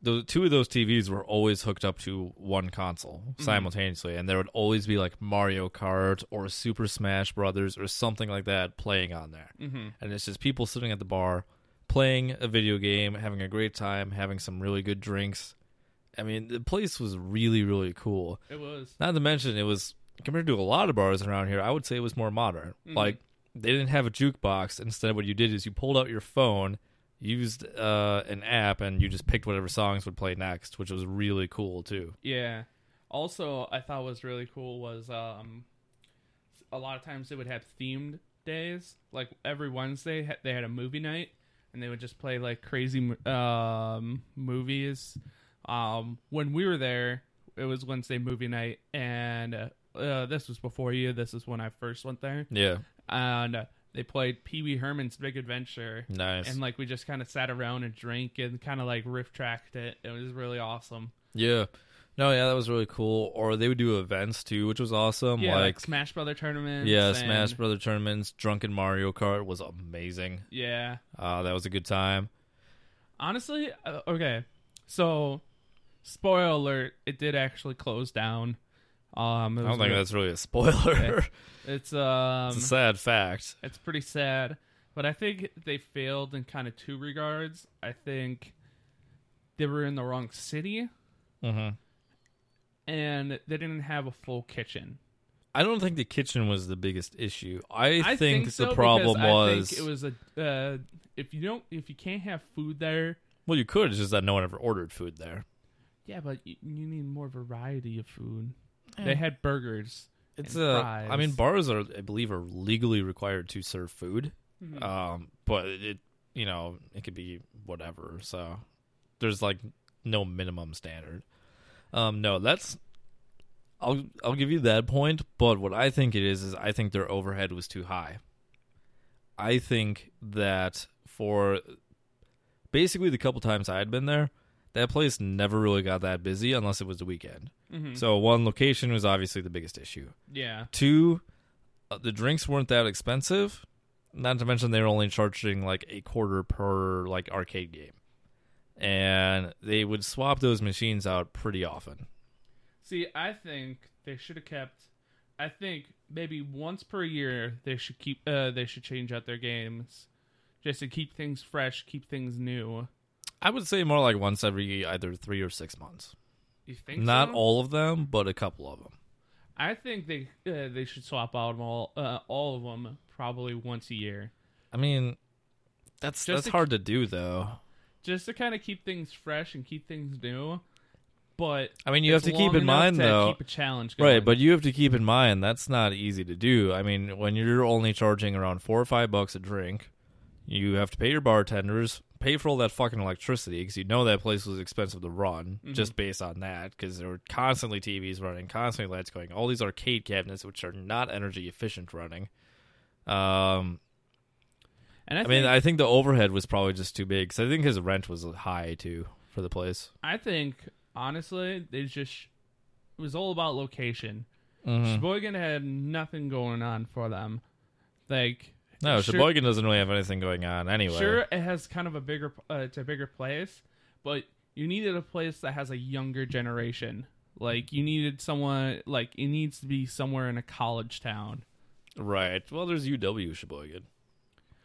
Speaker 2: the two of those TVs were always hooked up to one console
Speaker 1: Mm-hmm.
Speaker 2: simultaneously, and there would always be like Mario Kart or Super Smash Brothers or something like that playing on there.
Speaker 1: hmm
Speaker 2: and it's just people sitting at the bar playing a video game, having a great time, having some really good drinks. I mean, the place was really, really cool.
Speaker 1: It was.
Speaker 2: Not to mention, it was compared to a lot of bars around here. I would say it was more modern.
Speaker 1: Mm-hmm.
Speaker 2: Like they didn't have a jukebox. Instead, what you did is you pulled out your phone, used uh, an app, and you just picked whatever songs would play next, which was really cool too.
Speaker 1: Yeah. Also, I thought was really cool was um, a lot of times they would have themed days. Like every Wednesday, ha- they had a movie night, and they would just play like crazy mo- um, movies. Um, when we were there, it was Wednesday movie night, and uh, uh, this was before you. This is when I first went there,
Speaker 2: Yeah,
Speaker 1: and uh, they played Pee Wee Herman's Big Adventure.
Speaker 2: nice.
Speaker 1: And like we just kind of sat around and drank and kind of like riff tracked it. It was really awesome.
Speaker 2: yeah. No, yeah, that was really cool. Or they would do events too, which was awesome.
Speaker 1: yeah, like,
Speaker 2: like
Speaker 1: Smash Brother tournaments.
Speaker 2: Yeah,
Speaker 1: and-
Speaker 2: Smash Brother tournaments, Drunken Mario Kart was amazing.
Speaker 1: Yeah,
Speaker 2: Uh, that was a good time.
Speaker 1: honestly, uh, okay. So, spoiler alert: it did actually close down. Um, it
Speaker 2: I don't
Speaker 1: was
Speaker 2: think
Speaker 1: re-
Speaker 2: that's really a spoiler.
Speaker 1: Yeah. it's um,
Speaker 2: it's a
Speaker 1: it's,
Speaker 2: sad fact.
Speaker 1: pretty sad, but I think they failed in kind of two regards. I think they were in the wrong city, Mm-hmm.
Speaker 2: hmm
Speaker 1: and they didn't have a full kitchen.
Speaker 2: I don't think the kitchen was the biggest issue. I,
Speaker 1: I
Speaker 2: think,
Speaker 1: so
Speaker 2: the
Speaker 1: because
Speaker 2: problem
Speaker 1: I
Speaker 2: was,
Speaker 1: think it was a uh, if you don't if you can't have food there.
Speaker 2: well, you could. It's just that no one ever ordered food there.
Speaker 1: Yeah, but you, you need more variety of food. They had burgers.
Speaker 2: It's
Speaker 1: and
Speaker 2: a. I
Speaker 1: fries.
Speaker 2: mean, bars are, I believe, are legally required to serve food.
Speaker 1: Mhm.
Speaker 2: Um, but it, you know, it could be whatever. So there's like no minimum standard. Um, no, that's. I'll I'll give you that point, but what I think it is is I think their overhead was too high. I think that for basically the couple times I had been there, that place never really got that busy unless it was the weekend.
Speaker 1: Mhm.
Speaker 2: So one location was obviously the biggest issue.
Speaker 1: Yeah.
Speaker 2: Two, uh, the drinks weren't that expensive. Not to mention they were only charging like a quarter per like arcade game, and they would swap those machines out pretty often.
Speaker 1: See, I think they should have kept. I think maybe once per year they should keep. Uh, they should change out their games, just to keep things fresh, keep things new.
Speaker 2: I would say more like once every either three or six months.
Speaker 1: You think?
Speaker 2: Not
Speaker 1: so?
Speaker 2: all of them, but a couple of them.
Speaker 1: I think they uh, they should swap out all uh, all of them probably once a year,
Speaker 2: I mean, that's
Speaker 1: Just
Speaker 2: that's
Speaker 1: to-
Speaker 2: hard to do though.
Speaker 1: just to kind of keep things fresh and keep things new. but
Speaker 2: I mean, you have
Speaker 1: it's
Speaker 2: to keep
Speaker 1: long
Speaker 2: in
Speaker 1: enough
Speaker 2: mind
Speaker 1: to
Speaker 2: though,
Speaker 1: keep a challenge going.
Speaker 2: right? But you have to keep in mind that's not easy to do. I mean, when you're only charging around four or five bucks a drink, you have to pay your bartenders, pay for all that fucking electricity because you know that place was expensive to run
Speaker 1: Mm-hmm.
Speaker 2: just based on that because there were constantly TVs running, constantly lights going, all these arcade cabinets which are not energy efficient running. Um,
Speaker 1: and I,
Speaker 2: I
Speaker 1: think,
Speaker 2: mean, I think the overhead was probably just too big because I think his rent was high too for the place.
Speaker 1: I think honestly, they just it was all about location.
Speaker 2: Mm-hmm.
Speaker 1: Sheboygan had nothing going on for them. Like
Speaker 2: No,
Speaker 1: sure-
Speaker 2: Sheboygan doesn't really have anything going on anyway.
Speaker 1: Sure, it has kind of a bigger, uh, it's a bigger place, but you needed a place that has a younger generation. Like you needed someone, like it needs to be somewhere in a college town.
Speaker 2: Right. Well, there's UW Sheboygan,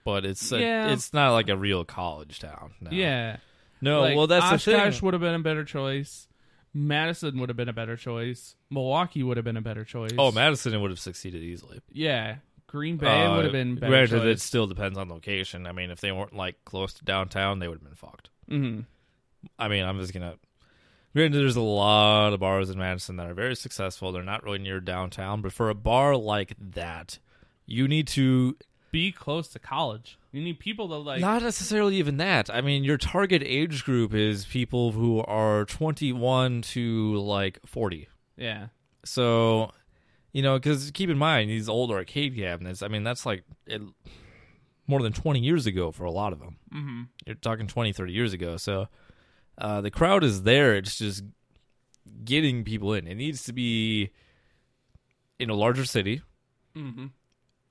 Speaker 2: but it's a-
Speaker 1: Yeah.
Speaker 2: it's not like a real college town. No.
Speaker 1: Yeah.
Speaker 2: No.
Speaker 1: Like,
Speaker 2: Oh, well, that's
Speaker 1: Oshkosh
Speaker 2: the thing.
Speaker 1: would have been a better choice. Madison would have been a better choice. Milwaukee would have been a better choice.
Speaker 2: Oh, Madison would have succeeded easily.
Speaker 1: Yeah. Green Bay
Speaker 2: Uh,
Speaker 1: would have been better.
Speaker 2: Granted, it
Speaker 1: choice.
Speaker 2: still depends on location. I mean, if they weren't like close to downtown, they would have been fucked.
Speaker 1: Mhm.
Speaker 2: I mean, I'm just gonna. Granted, there's a lot of bars in Madison that are very successful. They're not really near downtown, but for a bar like that, you need to
Speaker 1: Be close to college. You need people to like.
Speaker 2: not necessarily even that. I mean, your target age group is people who are 21 to like 40.
Speaker 1: yeah.
Speaker 2: So, you know, because keep in mind these old arcade cabinets. I mean, that's like it, more than 20 years ago for a lot of them.
Speaker 1: hmm
Speaker 2: you're talking 20 30 years ago so uh, the crowd is there it's just getting people in it needs to be in a larger city
Speaker 1: hmm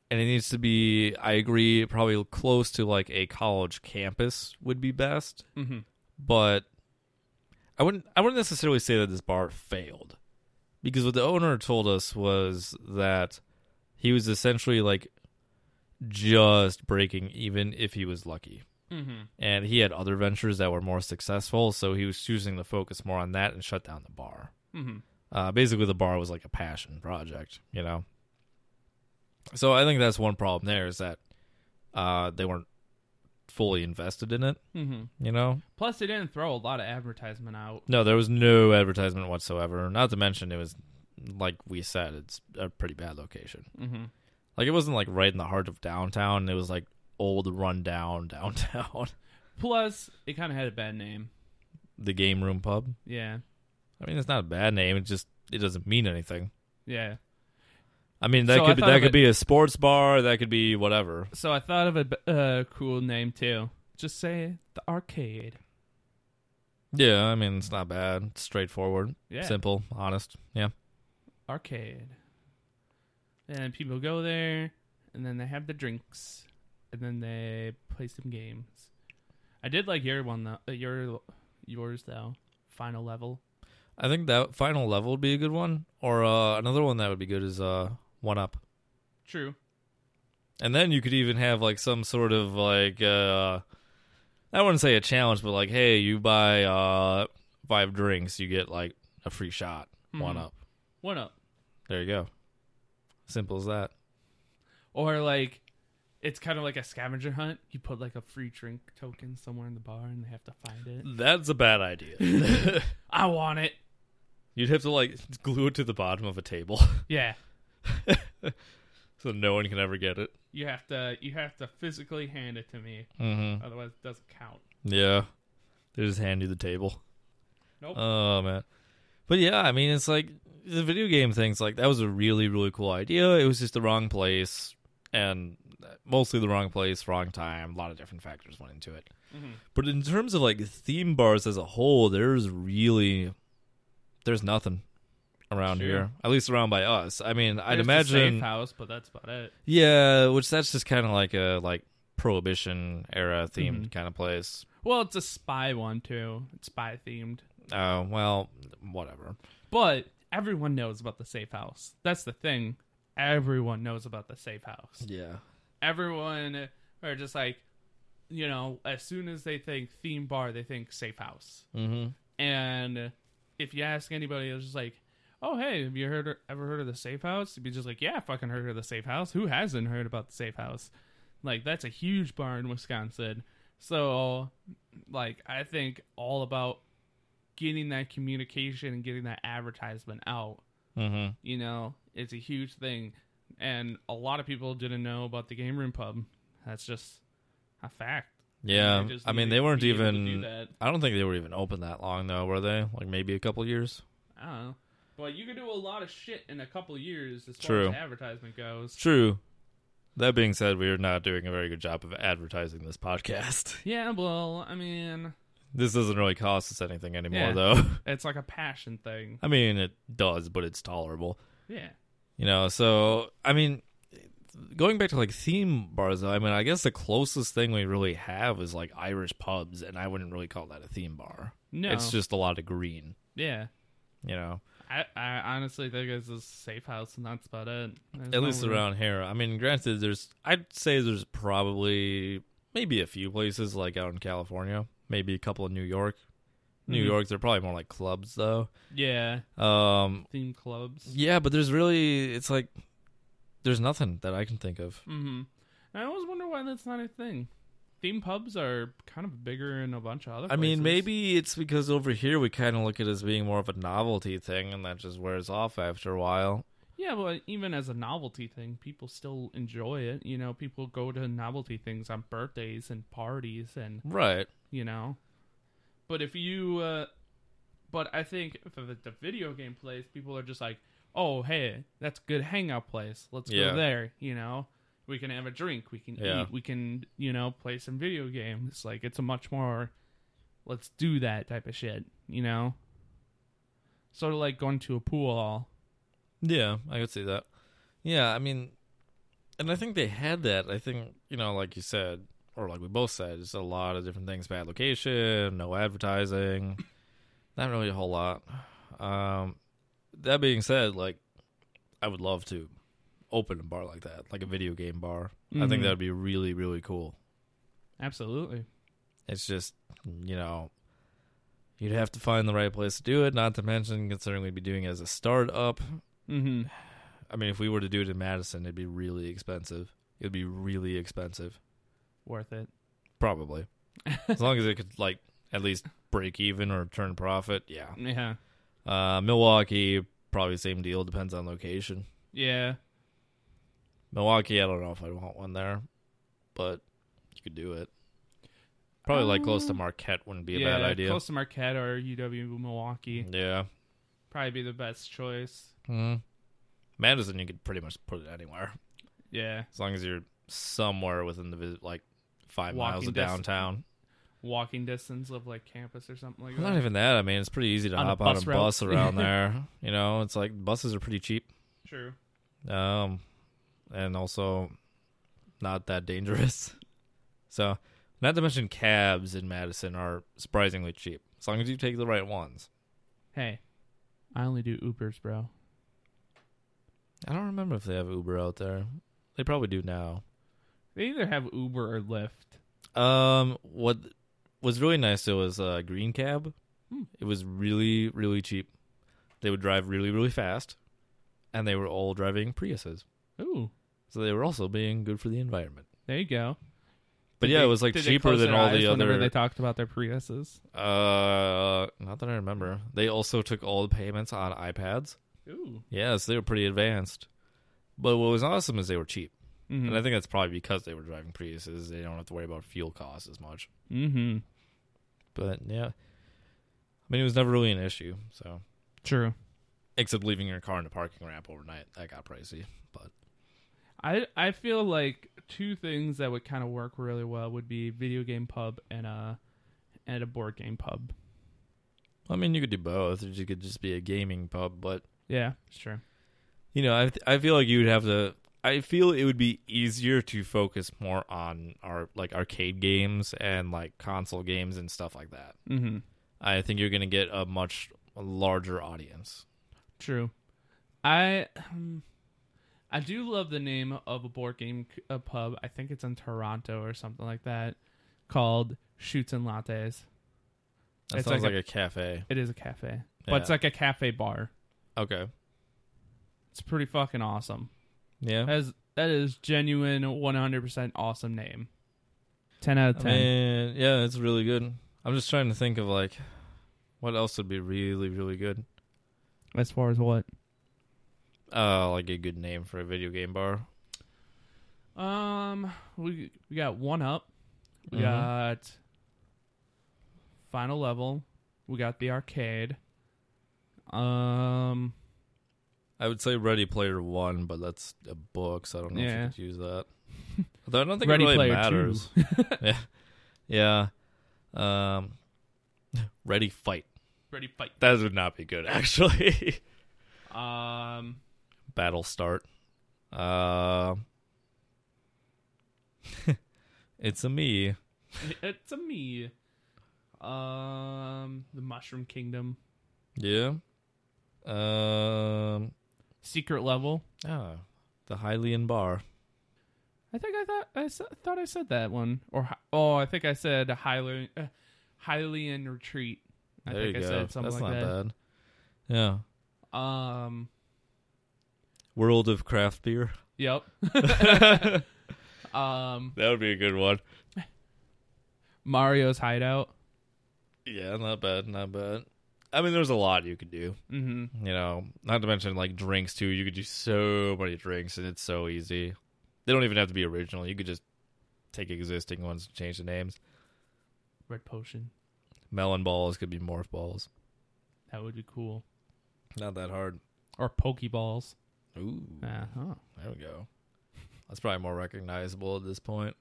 Speaker 2: and it needs to be i agree probably close to like a college campus would be best
Speaker 1: hmm
Speaker 2: but i wouldn't i wouldn't necessarily say that this bar failed because what the owner told us was that he was essentially like just breaking even if he was lucky
Speaker 1: hmm
Speaker 2: and he had other ventures that were more successful, so he was choosing to focus more on that and shut down the bar.
Speaker 1: hmm
Speaker 2: Uh, basically, the bar was like a passion project, you know. So I think that's one problem there is that uh, they weren't fully invested in it,
Speaker 1: hmm
Speaker 2: you know.
Speaker 1: Plus, they didn't throw a lot of advertisement out.
Speaker 2: No, there was no advertisement whatsoever. Not to mention, it was like we said, it's a pretty bad location.
Speaker 1: hmm
Speaker 2: Like it wasn't like right in the heart of downtown. It was like old, rundown downtown.
Speaker 1: Plus, it kind of had a bad name.
Speaker 2: the game room pub.
Speaker 1: Yeah,
Speaker 2: I mean, it's not a bad name. It just it doesn't mean anything.
Speaker 1: yeah.
Speaker 2: I mean, that
Speaker 1: So I
Speaker 2: could be,
Speaker 1: thought
Speaker 2: that
Speaker 1: of
Speaker 2: could
Speaker 1: it-
Speaker 2: be a sports bar. That could be whatever.
Speaker 1: So I thought of a b- uh, cool name too. Just say the arcade.
Speaker 2: Yeah, I mean, it's not bad. It's straightforward,
Speaker 1: Yeah,
Speaker 2: simple, honest. Yeah,
Speaker 1: arcade. And people go there, and then they have the drinks, and then they play some games. I did like your one though. Uh, your yours though. Final level.
Speaker 2: I think that final level would be a good one. Or uh, another one that would be good is uh, one up.
Speaker 1: True.
Speaker 2: And then you could even have like some sort of like uh, I wouldn't say a challenge, but like, hey, you buy uh, five drinks, you get like a free shot. One
Speaker 1: Mhm.
Speaker 2: up.
Speaker 1: One up.
Speaker 2: There you go. Simple as that.
Speaker 1: Or like it's kind of like a scavenger hunt. You put like a free drink token somewhere in the bar and they have to find it.
Speaker 2: That's a bad idea.
Speaker 1: I want it.
Speaker 2: You'd have to like glue it to the bottom of a table
Speaker 1: Yeah.
Speaker 2: so no one can ever get it.
Speaker 1: You have to you have to physically hand it to me.
Speaker 2: Mm-hmm.
Speaker 1: Otherwise it doesn't count.
Speaker 2: Yeah, they just hand you the table.
Speaker 1: Nope.
Speaker 2: Oh man, but yeah, I mean, it's like the video game things. Like that was a really really cool idea. It was just the wrong place, and mostly the wrong place, wrong time. A lot of different factors went into it.
Speaker 1: Mhm.
Speaker 2: But in terms of like theme bars as a whole, there's really there's nothing around
Speaker 1: Sure.
Speaker 2: here, at least around by us. I mean, I'd
Speaker 1: There's the
Speaker 2: imagine
Speaker 1: safe house, but that's about it.
Speaker 2: Yeah, which that's just kind of like a like prohibition era themed
Speaker 1: Mm-hmm.
Speaker 2: kind of place.
Speaker 1: Well, it's a spy one too. It's spy themed.
Speaker 2: Uh, well, whatever.
Speaker 1: But everyone knows about the safe house. That's the thing. Everyone knows about the safe house.
Speaker 2: Yeah.
Speaker 1: Everyone are just like you know, as soon as they think theme bar, they think safe house.
Speaker 2: Mm-hmm.
Speaker 1: And if you ask anybody, it's just like, "Oh, hey, have you heard ever heard of the Safe House?" You'd be just like, "Yeah, I fucking heard of the Safe House. Who hasn't heard about the Safe House?" Like that's a huge bar in Wisconsin. So, like, I think all about getting that communication and getting that advertisement out,
Speaker 2: Mm-hmm.
Speaker 1: you know, it's a huge thing. And a lot of people didn't know about the game room pub. That's just a fact.
Speaker 2: Yeah,
Speaker 1: They just
Speaker 2: Um, I mean
Speaker 1: need
Speaker 2: they
Speaker 1: to
Speaker 2: weren't
Speaker 1: be able to do
Speaker 2: even.
Speaker 1: that.
Speaker 2: I don't think they were even open that long though, were they? Like maybe a couple years.
Speaker 1: I don't
Speaker 2: Oh.
Speaker 1: know. But you could do a lot of shit in a couple years as
Speaker 2: True.
Speaker 1: far as advertisement goes.
Speaker 2: True. That being said, we are not doing a very good job of advertising this podcast.
Speaker 1: Yeah, well, I mean,
Speaker 2: This doesn't really cost us anything anymore,
Speaker 1: Yeah.
Speaker 2: though.
Speaker 1: it's like a passion thing.
Speaker 2: I mean, it does, but it's tolerable.
Speaker 1: Yeah.
Speaker 2: You know, so I mean, going back to like theme bars, though, I mean, I guess the closest thing we really have is like Irish pubs, and I wouldn't really call that a theme bar.
Speaker 1: No.
Speaker 2: It's just a lot of green.
Speaker 1: yeah.
Speaker 2: You know,
Speaker 1: I, I honestly think it's a safe house, and that's about it. There's
Speaker 2: at
Speaker 1: no
Speaker 2: least
Speaker 1: real-
Speaker 2: around here. I mean, granted, there's I'd say there's probably maybe a few places like out in California, maybe a couple in New York. New
Speaker 1: Mhm.
Speaker 2: York, they're probably more like clubs though.
Speaker 1: Yeah,
Speaker 2: Um,
Speaker 1: theme clubs.
Speaker 2: yeah, but there's really it's like there's nothing that I can think of.
Speaker 1: Mm-hmm. I always wonder why that's not a thing. Theme pubs are kind of bigger in a bunch of other.
Speaker 2: I mean,
Speaker 1: places.
Speaker 2: maybe it's because over here we kind of look at it as being more of a novelty thing, and that just wears off after a while.
Speaker 1: Yeah, but even as a novelty thing, people still enjoy it. You know, people go to novelty things on birthdays and parties, and
Speaker 2: Right.
Speaker 1: you know. But if you, uh, but I think for the, the video game place, people are just like, oh, hey, that's a good hangout place. Let's
Speaker 2: Yeah.
Speaker 1: go there. You know, we can have a drink. We can
Speaker 2: Yeah.
Speaker 1: eat. We can, you know, play some video games. Like it's a much more, let's do that type of shit. You know, sort of like going to a pool hall.
Speaker 2: Yeah, I could see that. Yeah, I mean, and I think they had that. I think you know, like you said, or like we both said, it's a lot of different things. Bad location, no advertising, not really a whole lot. Um, that being said, like I would love to open a bar like that, like a video game bar. I
Speaker 1: Mhm.
Speaker 2: think that would be really, really cool.
Speaker 1: Absolutely.
Speaker 2: It's just, you know, you'd have to find the right place to do it, not to mention considering we'd be doing it as a startup.
Speaker 1: Mm-hmm.
Speaker 2: I mean, if we were to do it in Madison, it'd be really expensive. It'd be really expensive,
Speaker 1: Worth it.
Speaker 2: probably. as long as it could, like, at least break even or turn profit, yeah.
Speaker 1: Yeah.
Speaker 2: Uh, Milwaukee, probably same deal, depends on location.
Speaker 1: Yeah.
Speaker 2: Milwaukee, I don't know if I'd want one there, but you could do it. Probably, like, close to
Speaker 1: Um,
Speaker 2: Marquette wouldn't be a
Speaker 1: yeah,
Speaker 2: bad idea.
Speaker 1: Close to Marquette or UW Milwaukee.
Speaker 2: Yeah.
Speaker 1: Probably be the best choice.
Speaker 2: Mm. Madison, you could pretty much put it anywhere
Speaker 1: Yeah.
Speaker 2: as long as you're somewhere within the visit, like five miles
Speaker 1: Walking
Speaker 2: of
Speaker 1: distance.
Speaker 2: downtown.
Speaker 1: walking distance of like campus or something like
Speaker 2: Well, not
Speaker 1: that.
Speaker 2: even that. I mean, it's pretty easy to
Speaker 1: On a
Speaker 2: hop on a
Speaker 1: bus route.
Speaker 2: bus around there. You know, it's like buses are pretty cheap,
Speaker 1: True.
Speaker 2: um, and also not that dangerous. So, not to mention cabs in Madison are surprisingly cheap as long as you take the right ones.
Speaker 1: Hey, I only do Ubers, bro.
Speaker 2: I don't remember if they have Uber out there. They probably do now.
Speaker 1: They either have Uber or Lyft.
Speaker 2: Um, what was really nice though was uh, Green Cab.
Speaker 1: Hmm.
Speaker 2: It was really, really cheap. They would drive really, really fast, and they were all driving Priuses,
Speaker 1: Ooh,
Speaker 2: so they were also being good for the environment.
Speaker 1: there you go.
Speaker 2: But
Speaker 1: Did
Speaker 2: yeah,
Speaker 1: they-
Speaker 2: it was like
Speaker 1: did they
Speaker 2: cheaper
Speaker 1: close
Speaker 2: than
Speaker 1: their
Speaker 2: all
Speaker 1: eyes
Speaker 2: the
Speaker 1: whenever
Speaker 2: other.
Speaker 1: They talked about their Priuses.
Speaker 2: uh, not that I remember. They also took all the payments on iPads.
Speaker 1: Ooh,
Speaker 2: Yeah, so they were pretty advanced. But what was awesome is they were cheap, and
Speaker 1: mm-hmm.
Speaker 2: I think that's probably because they were driving Priuses. They don't have to worry about fuel costs as much.
Speaker 1: mm-hmm.
Speaker 2: But yeah, I mean, it was never really an issue. So
Speaker 1: True.
Speaker 2: except leaving your car in a parking ramp overnight, that got pricey. But
Speaker 1: I I feel like two things that would kind of work really well would be video game pub and a and a board game pub.
Speaker 2: I mean, you could do both. or You could just be a gaming pub, but
Speaker 1: Yeah, sure.
Speaker 2: you know, I I feel like you would have to. I feel it would be easier to focus more on our like arcade games and like console games and stuff like that.
Speaker 1: Mm-hmm.
Speaker 2: I think you're gonna get a much larger audience.
Speaker 1: True. I um, I do love the name of a board game c- a pub. I think it's in Toronto or something like that called Shoots and Lattes.
Speaker 2: That
Speaker 1: It's
Speaker 2: sounds
Speaker 1: like
Speaker 2: like,
Speaker 1: a-
Speaker 2: a, cafe.
Speaker 1: It is a cafe, but it's
Speaker 2: Yeah.
Speaker 1: like a cafe bar.
Speaker 2: Okay.
Speaker 1: It's pretty fucking awesome.
Speaker 2: Yeah.
Speaker 1: That is that is genuine 100% awesome name. 10 out of
Speaker 2: I
Speaker 1: 10.
Speaker 2: mean, yeah, it's really good. I'm just trying to think of like What else would be really, really good?
Speaker 1: As far as what?
Speaker 2: Uh, like a good name for a video game bar.
Speaker 1: Um, we we got one up. We
Speaker 2: Mhm.
Speaker 1: got final level. We got the arcade. Um.
Speaker 2: I would say Ready Player One, but that's a book, so I don't know
Speaker 1: Yeah.
Speaker 2: if you could use that. Although I don't think
Speaker 1: Ready
Speaker 2: it really
Speaker 1: Player
Speaker 2: matters. yeah, yeah. Um, Ready Fight.
Speaker 1: Ready fight.
Speaker 2: That would not be good, actually.
Speaker 1: Um,
Speaker 2: Battle Start. Uh, it's a me.
Speaker 1: it's a me. Um, the Mushroom Kingdom
Speaker 2: Yeah. Um.
Speaker 1: secret level.
Speaker 2: Oh, the Hylian Bar.
Speaker 1: I think I thought I s- thought I said that one or hi- oh I think I said Hylian, uh, Hylian retreat. I
Speaker 2: there
Speaker 1: think I
Speaker 2: you go.
Speaker 1: said something
Speaker 2: that's
Speaker 1: like
Speaker 2: not
Speaker 1: that.
Speaker 2: bad. Yeah.
Speaker 1: Um,
Speaker 2: World of Craft Beer.
Speaker 1: yep.
Speaker 2: that
Speaker 1: Um,
Speaker 2: would be a good one.
Speaker 1: Mario's hideout.
Speaker 2: Yeah, not bad, not bad. I mean, there's a lot you could do.
Speaker 1: Mm-hmm.
Speaker 2: You know, not to mention like drinks too. You could do so many drinks, and it's so easy. They don't even have to be original. You could just take existing ones and change the names.
Speaker 1: Red potion.
Speaker 2: Melon balls could be morph balls.
Speaker 1: That would be cool.
Speaker 2: Not that hard.
Speaker 1: Or Pokeballs.
Speaker 2: Ooh,
Speaker 1: Uh huh.
Speaker 2: there we go. That's probably more recognizable at this point.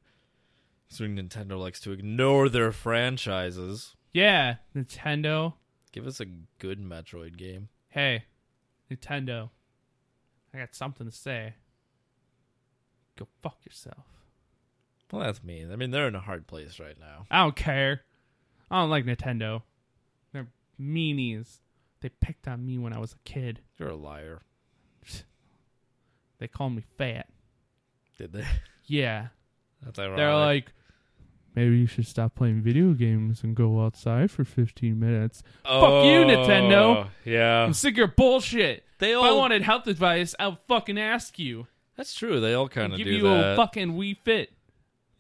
Speaker 2: So Nintendo likes to ignore their franchises.
Speaker 1: Yeah, Nintendo.
Speaker 2: Give us a good Metroid game.
Speaker 1: Hey, Nintendo. I got something to say. Go fuck yourself.
Speaker 2: Well, that's mean. I mean, they're in a hard place right now.
Speaker 1: I don't care. I don't like Nintendo. They're meanies. They picked on me when I was a kid.
Speaker 2: You're a liar.
Speaker 1: They called me fat.
Speaker 2: Did they?
Speaker 1: Yeah.
Speaker 2: That's ironic.
Speaker 1: They're like, maybe you should stop playing video games and go outside for 15 minutes. Fuck you, Nintendo.
Speaker 2: Yeah,
Speaker 1: I'm sick of your bullshit.
Speaker 2: they
Speaker 1: If I
Speaker 2: all.
Speaker 1: wanted health advice, I would fucking ask you.
Speaker 2: that's true. They all
Speaker 1: And
Speaker 2: kind of
Speaker 1: give
Speaker 2: do
Speaker 1: you
Speaker 2: that.
Speaker 1: a fucking Wii Fit.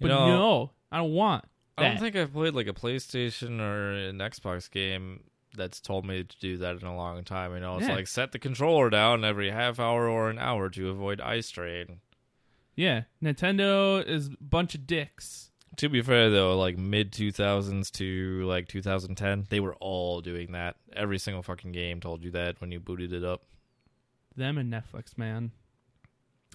Speaker 1: But
Speaker 2: you know,
Speaker 1: no, I don't want
Speaker 2: I don't
Speaker 1: that.
Speaker 2: think I've played like a PlayStation or an Xbox game that's told me to do that in a long time. You know, it's
Speaker 1: Yeah.
Speaker 2: like set the controller down every half hour or an hour to avoid eye strain.
Speaker 1: Yeah, Nintendo is a bunch of dicks.
Speaker 2: To be fair though, like mid 2000s to like 2010, they were all doing that. Every single fucking game told you that when you booted it up.
Speaker 1: Them and Netflix, man.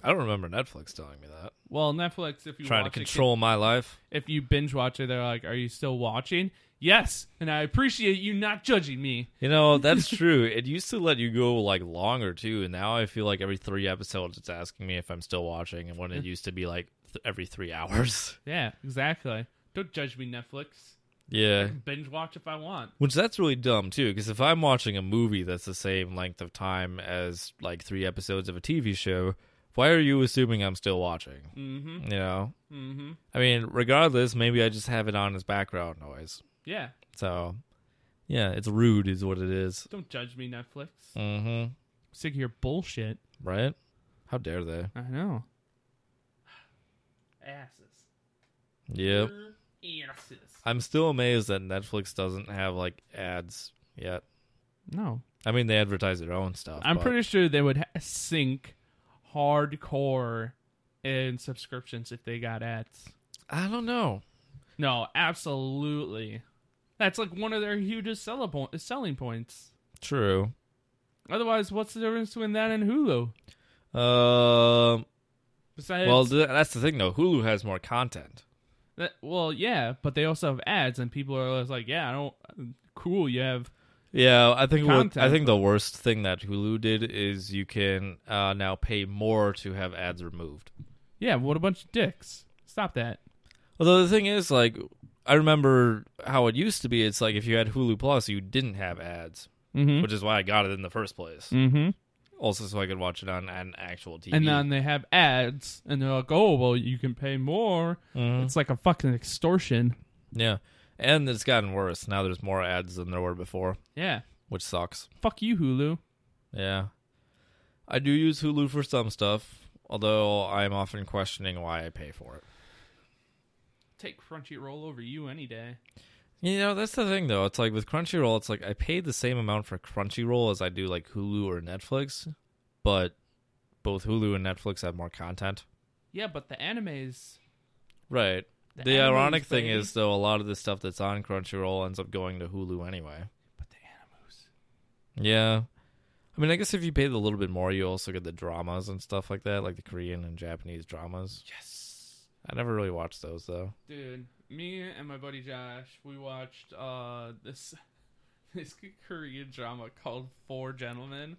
Speaker 2: I don't remember Netflix telling me that.
Speaker 1: Well, Netflix, if you
Speaker 2: Trying to
Speaker 1: watch it,
Speaker 2: control my life.
Speaker 1: if you binge watch it, they're like, "Are you still watching?" Yes, and I appreciate you not judging me.
Speaker 2: You know, that's true. It used to let you go like longer too, and now I feel like every three episodes it's asking me if I'm still watching, and when it used to be like th- every three hours.
Speaker 1: Yeah, exactly. Don't judge me, Netflix.
Speaker 2: Yeah.
Speaker 1: Binge watch if I want.
Speaker 2: Which that's really dumb too, because if I'm watching a movie that's the same length of time as like three episodes of a TV show, why are you assuming I'm still watching?
Speaker 1: Mm-hmm.
Speaker 2: You know?
Speaker 1: Mm-hmm.
Speaker 2: I mean, regardless, maybe I just have it on as background noise.
Speaker 1: Yeah,
Speaker 2: So, yeah, it's rude, is what it is.
Speaker 1: don't judge me, Netflix.
Speaker 2: Mm hmm.
Speaker 1: Sick of your bullshit.
Speaker 2: Right? How dare they?
Speaker 1: I know. Asses.
Speaker 2: Yep.
Speaker 1: Asses.
Speaker 2: I'm still amazed that Netflix doesn't have like ads yet.
Speaker 1: No,
Speaker 2: I mean, they advertise their own stuff.
Speaker 1: I'm
Speaker 2: but-
Speaker 1: pretty sure they would ha- sink hardcore in subscriptions if they got ads.
Speaker 2: I don't know.
Speaker 1: No, absolutely. That's like one of their hugest sell- point- selling points.
Speaker 2: True.
Speaker 1: Otherwise, what's the difference between that and Hulu?
Speaker 2: Um.
Speaker 1: Besides,
Speaker 2: well,
Speaker 1: well,
Speaker 2: th- that's the thing though. Hulu has more content.
Speaker 1: well, yeah, but they also have ads, and people are always like, "Yeah, I don't." Cool, you have.
Speaker 2: Yeah, I think what, I
Speaker 1: Content,
Speaker 2: think the worst thing that Hulu did is you can uh, now pay more to have ads removed.
Speaker 1: Yeah, what a bunch of dicks. Stop that.
Speaker 2: Although the thing is, like, I remember how it used to be. It's like if you had Hulu Plus, you didn't have ads,
Speaker 1: Mm-hmm.
Speaker 2: which is why I got it in the first place.
Speaker 1: mm-hmm.
Speaker 2: Also, so I could watch it on an actual TV.
Speaker 1: And then they have ads, and they're like, "Oh, well, you can pay more."
Speaker 2: Mhm.
Speaker 1: It's like a fucking extortion.
Speaker 2: Yeah. And it's gotten worse. Now there's more ads than there were before,
Speaker 1: Yeah.
Speaker 2: which sucks.
Speaker 1: Fuck you, Hulu.
Speaker 2: Yeah. I do use Hulu for some stuff, although I'm often questioning why I pay for it.
Speaker 1: Take Crunchyroll over you any day.
Speaker 2: You know, that's the thing though. It's like with Crunchyroll, it's like I pay the same amount for Crunchyroll as I do like Hulu or Netflix, but both Hulu and Netflix have more content.
Speaker 1: Yeah, but the animes.
Speaker 2: Right.
Speaker 1: The,
Speaker 2: The,
Speaker 1: animes,
Speaker 2: ironic thing
Speaker 1: baby.
Speaker 2: is though a lot of the stuff that's on Crunchyroll ends up going to Hulu anyway.
Speaker 1: But the animus.
Speaker 2: Yeah. I mean, I guess if you paid a little bit more, you also get the dramas and stuff like that, like the Korean and Japanese dramas.
Speaker 1: Yes.
Speaker 2: I never really watched those though.
Speaker 1: Dude, me and my buddy Josh, we watched uh this this Korean drama called Four Gentlemen.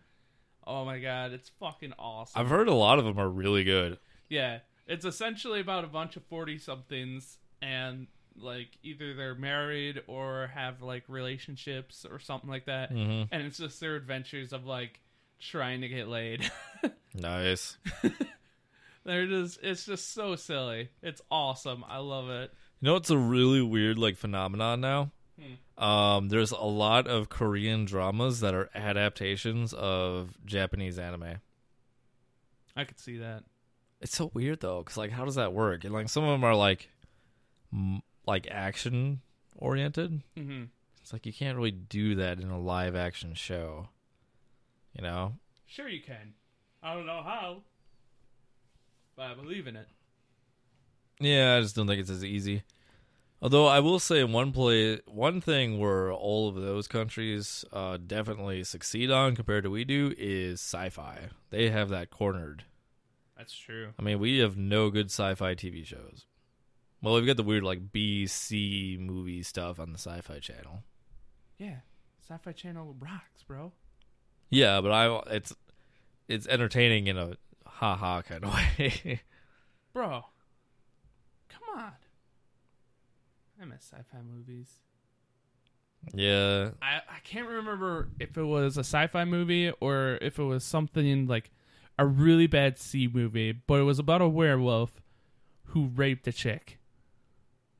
Speaker 1: Oh my god, it's fucking awesome.
Speaker 2: I've heard a lot of them are really good.
Speaker 1: Yeah, it's essentially about a bunch of 40 somethings and like either they're married or have like relationships or something like that.
Speaker 2: hmm
Speaker 1: And it's just their adventures of like trying to get laid.
Speaker 2: Nice.
Speaker 1: they're just it's just so silly. It's awesome. I love it.
Speaker 2: You know, it's a really weird like phenomenon now. Um, there's a lot of Korean dramas that are adaptations of Japanese anime.
Speaker 1: I could see that.
Speaker 2: It's so weird though, because like, how does that work? And like, some of them are like, m- like action oriented.
Speaker 1: Mhm.
Speaker 2: It's like you can't really do that in a live action show. You know?
Speaker 1: Sure, you can. I don't know how, but I believe in it.
Speaker 2: Yeah, I just don't think it's as easy. Although I will say one play, one thing where all of those countries uh, definitely succeed on compared to we do is sci-fi. They have that cornered.
Speaker 1: That's true.
Speaker 2: I mean, we have no good sci-fi TV shows. Well, we've got the weird like B C movie stuff on the Sci-Fi Channel.
Speaker 1: Yeah, Sci-Fi Channel rocks, bro.
Speaker 2: Yeah, but I it's it's entertaining in a ha ha kind of way.
Speaker 1: Bro, come on. I miss sci-fi movies.
Speaker 2: yeah,
Speaker 1: I I can't remember if it was a sci-fi movie or if it was something like a really bad C movie, but it was about a werewolf who raped a chick.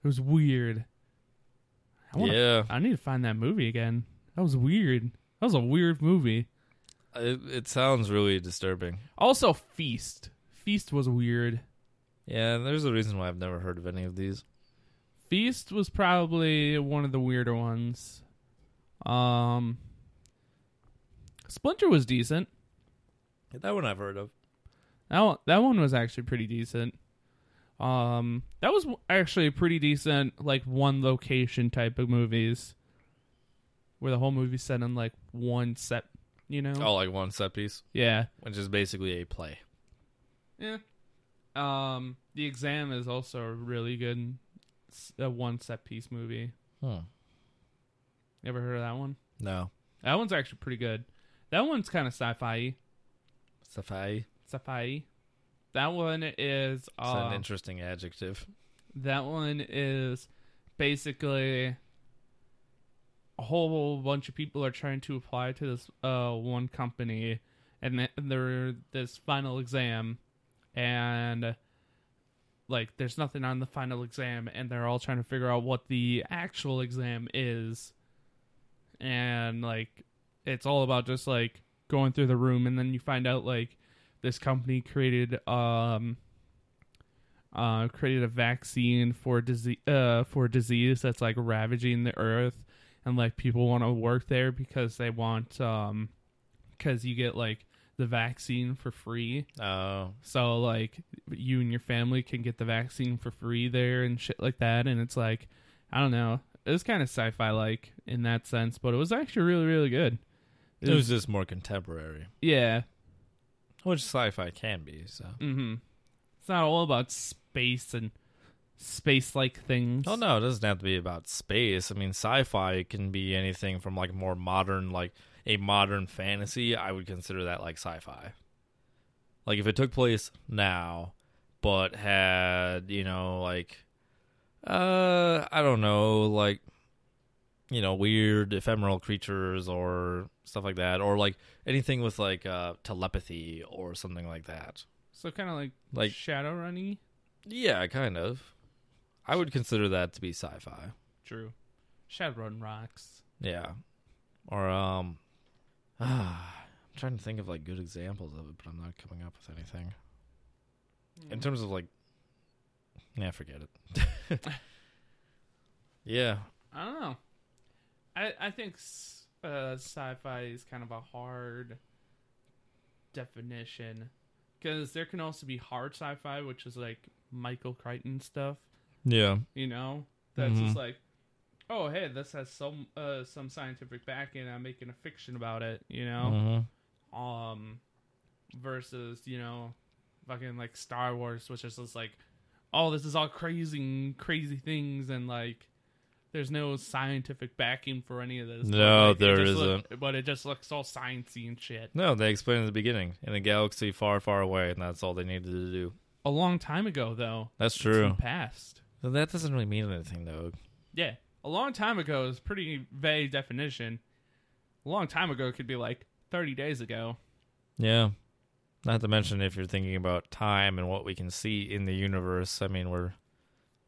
Speaker 1: It was weird. I wanna
Speaker 2: yeah.
Speaker 1: I need to find that movie again. That was weird. That was a weird movie.
Speaker 2: It, it sounds really disturbing.
Speaker 1: Also, Feast. Feast was weird.
Speaker 2: Yeah, there's a reason why I've never heard of any of these.
Speaker 1: Feast was probably one of the weirder ones. Um, Splinter was decent.
Speaker 2: That one I've heard of.
Speaker 1: That one, that one was actually pretty decent. Um, that was actually a pretty decent, like one location type of movies, where the whole movie's set in like one set. You know?
Speaker 2: Oh, like one set piece,
Speaker 1: Yeah.
Speaker 2: which is basically a play.
Speaker 1: Yeah. Um, the exam is also a really good s- uh, one set piece movie.
Speaker 2: Hmm.
Speaker 1: You ever heard of that one?
Speaker 2: No.
Speaker 1: That one's actually pretty good. That one's kind of sci-fi.
Speaker 2: Safai.
Speaker 1: Sci-fi. That one is
Speaker 2: It's
Speaker 1: uh,
Speaker 2: an interesting adjective.
Speaker 1: that one is basically a whole bunch of people are trying to apply to this uh one company and th- they're this final exam and like there's nothing on the final exam and they're all trying to figure out what the actual exam is and like it's all about just like going through the room and then you find out like this company created um uh, created a vaccine for disease uh, for disease that's like ravaging the earth, and like people want to work there because they want um because you get like the vaccine for free,
Speaker 2: Oh.
Speaker 1: so like you and your family can get the vaccine for free there and shit like that, and it's like I don't know, it was kind of sci-fi like in that sense, but it was actually really really good.
Speaker 2: It was just more contemporary,
Speaker 1: yeah,
Speaker 2: which sci-fi can be. So.
Speaker 1: mm-hmm. it's not all about space and space like things.
Speaker 2: Oh no, it doesn't have to be about space. I mean, sci-fi can be anything from like more modern, like a modern fantasy. I would consider that like sci-fi. Like if it took place now, but had you know like, uh, I don't know, like, you know, weird ephemeral creatures or stuff like that, or like anything with like uh, telepathy or something like that.
Speaker 1: So kind of like
Speaker 2: Like,
Speaker 1: shadow runny.
Speaker 2: yeah, kind of. I would consider that to be sci-fi.
Speaker 1: True. Shadowrun rocks.
Speaker 2: Yeah. Or um I'm trying to think of like good examples of it, but I'm not coming up with anything.
Speaker 1: Hmm.
Speaker 2: In terms of like Yeah, forget it. yeah.
Speaker 1: I I don't know. I I think s- uh, sci-fi is kind of a hard definition because there can also be hard sci-fi, which is like Michael Crichton stuff.
Speaker 2: Yeah.
Speaker 1: You know, that's
Speaker 2: Mhm.
Speaker 1: just like, oh hey, this has some uh, some scientific backing. I'm making a fiction about it. You know,
Speaker 2: Uh-huh.
Speaker 1: um, versus you know, fucking like Star Wars, which is just like, oh, this is all crazy, crazy things, and like, there's no scientific backing for any of this. but,
Speaker 2: No,
Speaker 1: like, it
Speaker 2: there
Speaker 1: just look- but it just looks all sciencey and shit.
Speaker 2: No, they explained at the beginning in a galaxy far, far away, and that's all they needed to do.
Speaker 1: A long time ago, though,
Speaker 2: That's
Speaker 1: it's in
Speaker 2: true.
Speaker 1: the past.
Speaker 2: So that doesn't really mean anything, though.
Speaker 1: Yeah, a long time ago is pretty vague definition. A long time ago could be like 30 days ago.
Speaker 2: Yeah. Not to mention if you're thinking about time and what we can see in the universe. I mean, we're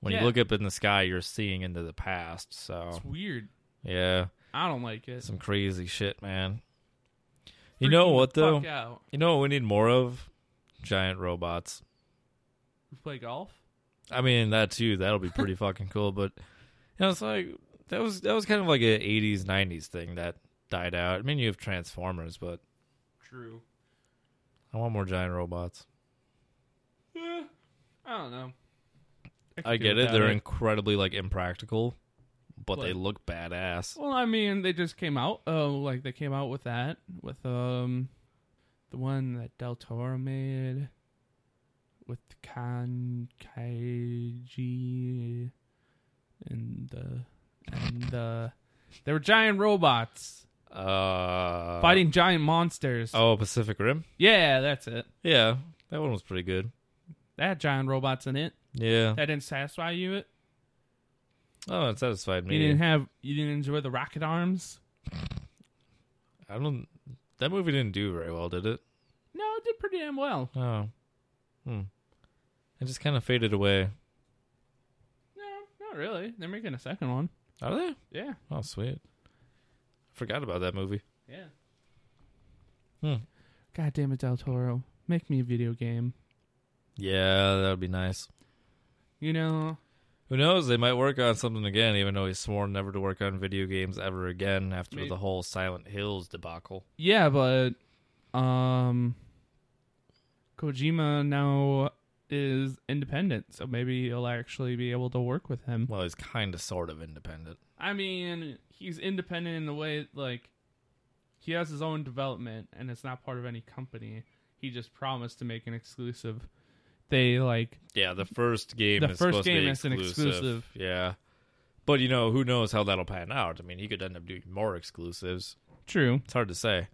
Speaker 2: when
Speaker 1: Yeah.
Speaker 2: you look up in the sky, you're seeing into the past. So
Speaker 1: It's weird.
Speaker 2: yeah,
Speaker 1: I don't like it.
Speaker 2: some crazy shit, man. You know
Speaker 1: Freaking
Speaker 2: what
Speaker 1: the
Speaker 2: though?
Speaker 1: Fuck out.
Speaker 2: You know what we need more of? Giant robots.
Speaker 1: You play golf.
Speaker 2: I mean that too. That'll be pretty fucking cool. But you know, it's like that was that was kind of like a '80s '90s thing that died out. I mean, you have Transformers, but
Speaker 1: True.
Speaker 2: I want more giant robots.
Speaker 1: Eh, I don't know. could
Speaker 2: I
Speaker 1: do
Speaker 2: get it;
Speaker 1: without
Speaker 2: they're incredibly like impractical, but they
Speaker 1: But-
Speaker 2: look badass.
Speaker 1: Well, I mean, they just came out. Oh, like they came out with that with um, the one that Del Toro made with Kan Kaiji and the and the they were giant robots
Speaker 2: Uh,
Speaker 1: fighting giant monsters.
Speaker 2: Oh, Pacific Rim.
Speaker 1: Yeah, that's it.
Speaker 2: Yeah, that one was pretty good.
Speaker 1: That had giant robots in it.
Speaker 2: Yeah.
Speaker 1: That didn't satisfy you. It
Speaker 2: Oh, it satisfied
Speaker 1: you didn't
Speaker 2: me.
Speaker 1: have you didn't enjoy the rocket arms.
Speaker 2: I don't. That movie didn't do very well, did it?
Speaker 1: No, it did pretty damn well.
Speaker 2: Oh. Hmm. It just kind of faded away.
Speaker 1: No, not really. They're making a second one.
Speaker 2: Are they?
Speaker 1: Yeah.
Speaker 2: Oh, sweet. Forgot about that movie.
Speaker 1: Yeah.
Speaker 2: Hmm.
Speaker 1: God damn it, Del Toro. Make me a video game.
Speaker 2: Yeah, that would be nice.
Speaker 1: You know,
Speaker 2: Who knows? They might work on something again, even though he's sworn never to work on video games ever again after
Speaker 1: Maybe-
Speaker 2: the whole Silent Hills debacle.
Speaker 1: yeah, but um Kojima now is independent, so maybe you'll actually be able to work with him.
Speaker 2: Well, he's kind of sort of independent.
Speaker 1: I mean, he's independent in the way like he has his own development and it's not part of any company. He just promised to make an exclusive. They like
Speaker 2: Yeah, the first game
Speaker 1: The
Speaker 2: is
Speaker 1: first
Speaker 2: supposed to
Speaker 1: game
Speaker 2: be
Speaker 1: is an exclusive.
Speaker 2: Yeah. But, you know, who knows how that'll pan out? I mean, he could end up doing more exclusives.
Speaker 1: true.
Speaker 2: It's hard to say.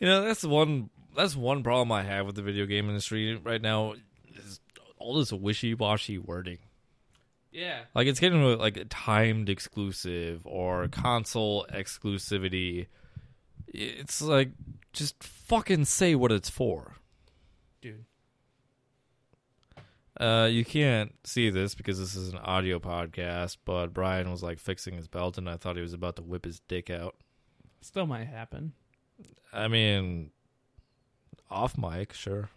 Speaker 2: You know, that's one that's one problem I have with the video game industry right now is all this wishy-washy wording.
Speaker 1: Yeah.
Speaker 2: Like it's getting to, like a timed exclusive or console exclusivity. It's like just fucking say what it's for.
Speaker 1: Dude.
Speaker 2: Uh, you can't see this because this is an audio podcast, but Brian was like fixing his belt, and I thought he was about to whip his dick out.
Speaker 1: Still might happen.
Speaker 2: I mean, off mic, sure.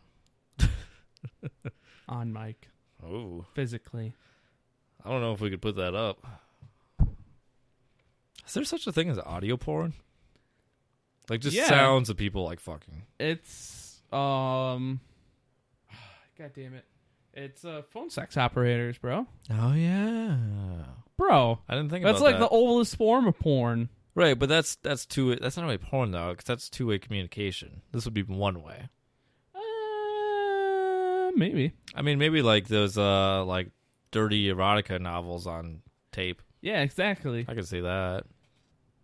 Speaker 1: On mic.
Speaker 2: Oh,
Speaker 1: Physically.
Speaker 2: I don't know if we could put that up. Is there such a thing as audio porn? Like just
Speaker 1: Yeah.
Speaker 2: sounds of people like fucking.
Speaker 1: It's um God damn it. It's uh phone sex operators, bro.
Speaker 2: Oh yeah,
Speaker 1: Bro.
Speaker 2: I didn't think
Speaker 1: That's
Speaker 2: about
Speaker 1: like
Speaker 2: that.
Speaker 1: the oldest form of porn.
Speaker 2: right, but that's that's two. That's not really porn though, because that's two way communication. This would be one way.
Speaker 1: Uh, maybe.
Speaker 2: I mean, maybe like those uh like dirty erotica novels on tape.
Speaker 1: Yeah, exactly.
Speaker 2: I could see that.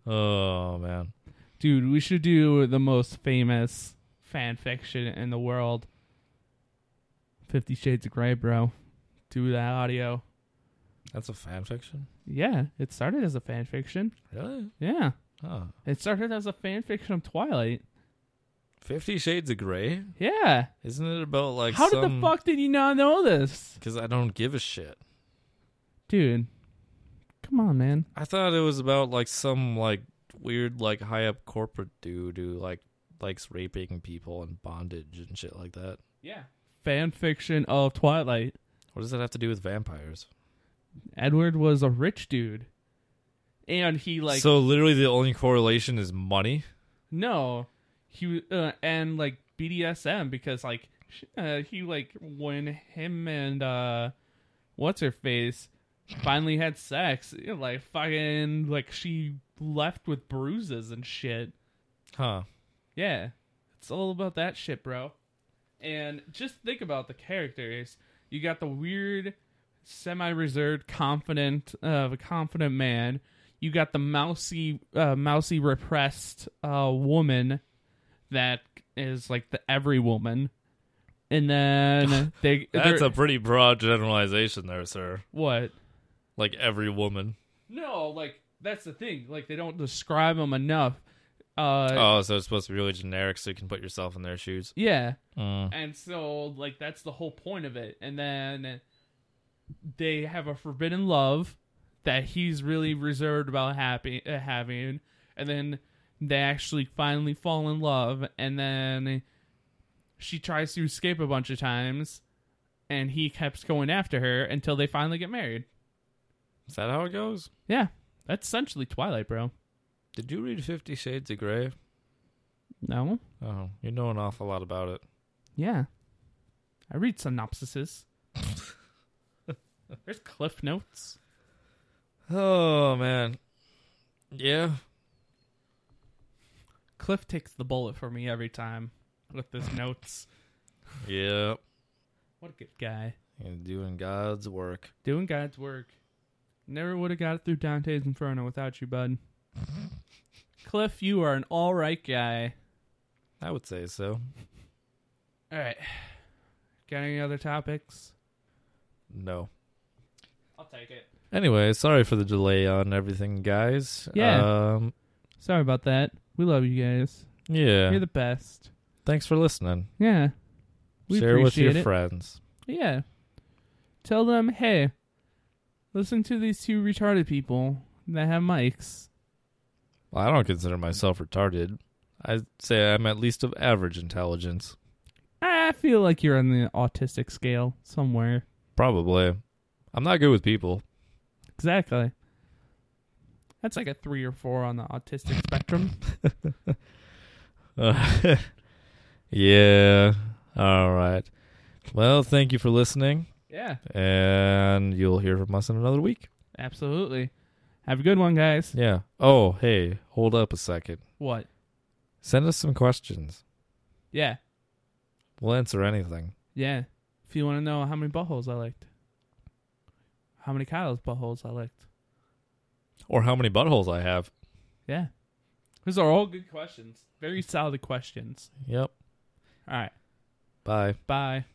Speaker 2: Oh man,
Speaker 1: Dude, we should do the most famous fan fiction in the world. Fifty Shades of Grey, bro. Do that audio.
Speaker 2: that's a fan fiction.
Speaker 1: Yeah, it started as a fan fiction.
Speaker 2: Really?
Speaker 1: Yeah.
Speaker 2: Oh.
Speaker 1: It started as a fan fiction of Twilight.
Speaker 2: Fifty Shades of Grey?
Speaker 1: Yeah.
Speaker 2: Isn't it about like
Speaker 1: How did
Speaker 2: some-
Speaker 1: the fuck did you not know this?
Speaker 2: Because I don't give a shit.
Speaker 1: Dude. Come on, man.
Speaker 2: I thought it was about like some like weird like high up corporate dude who like likes raping people and bondage and shit like that.
Speaker 1: Yeah. Fan fiction of Twilight.
Speaker 2: What does that have to do with vampires?
Speaker 1: Edward was a rich dude and he like
Speaker 2: so literally the only correlation is money.
Speaker 1: no, he uh, and like BDSM because like sh- uh, he like when him and uh, what's her face finally had sex, you know, like fucking like she left with bruises and shit.
Speaker 2: Huh.
Speaker 1: Yeah, it's all about that shit, bro. And just think about the characters. You got the weird, semi-reserved, confident of a confident man. You got the mousy, uh, mousy repressed uh, woman that is like the every woman. And then they
Speaker 2: That's
Speaker 1: they're-
Speaker 2: a pretty broad generalization there, sir.
Speaker 1: what?
Speaker 2: Like every woman.
Speaker 1: No, like that's the thing. Like they don't describe them enough. Uh,
Speaker 2: Oh, so it's supposed to be really generic so you can put yourself in their shoes.
Speaker 1: yeah.
Speaker 2: Mm.
Speaker 1: And so, like, that's the whole point of it. And then they have a forbidden love that he's really reserved about happy, uh, having. And then they actually finally fall in love. And then she tries to escape a bunch of times. And he keeps going after her until they finally get married.
Speaker 2: Is that how it goes?
Speaker 1: Yeah. That's essentially Twilight, bro.
Speaker 2: Did you read Fifty Shades of Grey?
Speaker 1: No?
Speaker 2: Oh, you know an awful lot about it.
Speaker 1: Yeah. I read synopsises. There's cliff notes.
Speaker 2: Oh man. Yeah.
Speaker 1: Cliff takes the bullet for me every time with his notes.
Speaker 2: Yeah.
Speaker 1: What a good guy.
Speaker 2: You're doing God's work.
Speaker 1: Doing God's work. Never would have got it through Dante's Inferno without you, bud. Cliff, you are an all right guy.
Speaker 2: I would say so.
Speaker 1: All right. Got any other topics?
Speaker 2: No.
Speaker 1: I'll take it.
Speaker 2: Anyway, sorry for the delay on everything, guys.
Speaker 1: Yeah.
Speaker 2: Um,
Speaker 1: Sorry about that. We love you guys.
Speaker 2: yeah.
Speaker 1: You're the best.
Speaker 2: Thanks for listening.
Speaker 1: Yeah. We
Speaker 2: Share with
Speaker 1: appreciate
Speaker 2: your
Speaker 1: it.
Speaker 2: friends.
Speaker 1: Yeah. Tell them, hey, listen to these two retarded people that have mics.
Speaker 2: Well, I don't consider myself retarded. I say I'm at least of average intelligence.
Speaker 1: I feel like you're on the autistic scale somewhere.
Speaker 2: Probably. I'm not good with people.
Speaker 1: Exactly. That's like a three or four on the autistic spectrum.
Speaker 2: Uh, yeah. All right. Well, thank you for listening,
Speaker 1: Yeah,
Speaker 2: and you'll hear from us in another week.
Speaker 1: absolutely. Have a good one, guys.
Speaker 2: Yeah. Oh, hey, hold up a second.
Speaker 1: What?
Speaker 2: Send us some questions.
Speaker 1: Yeah,
Speaker 2: We'll answer anything.
Speaker 1: yeah. If you want to know how many buttholes I liked, how many Kyle's buttholes I liked.
Speaker 2: Or how many buttholes I have.
Speaker 1: Yeah. These are all good questions. Very solid questions.
Speaker 2: Yep.
Speaker 1: All right.
Speaker 2: Bye.
Speaker 1: Bye.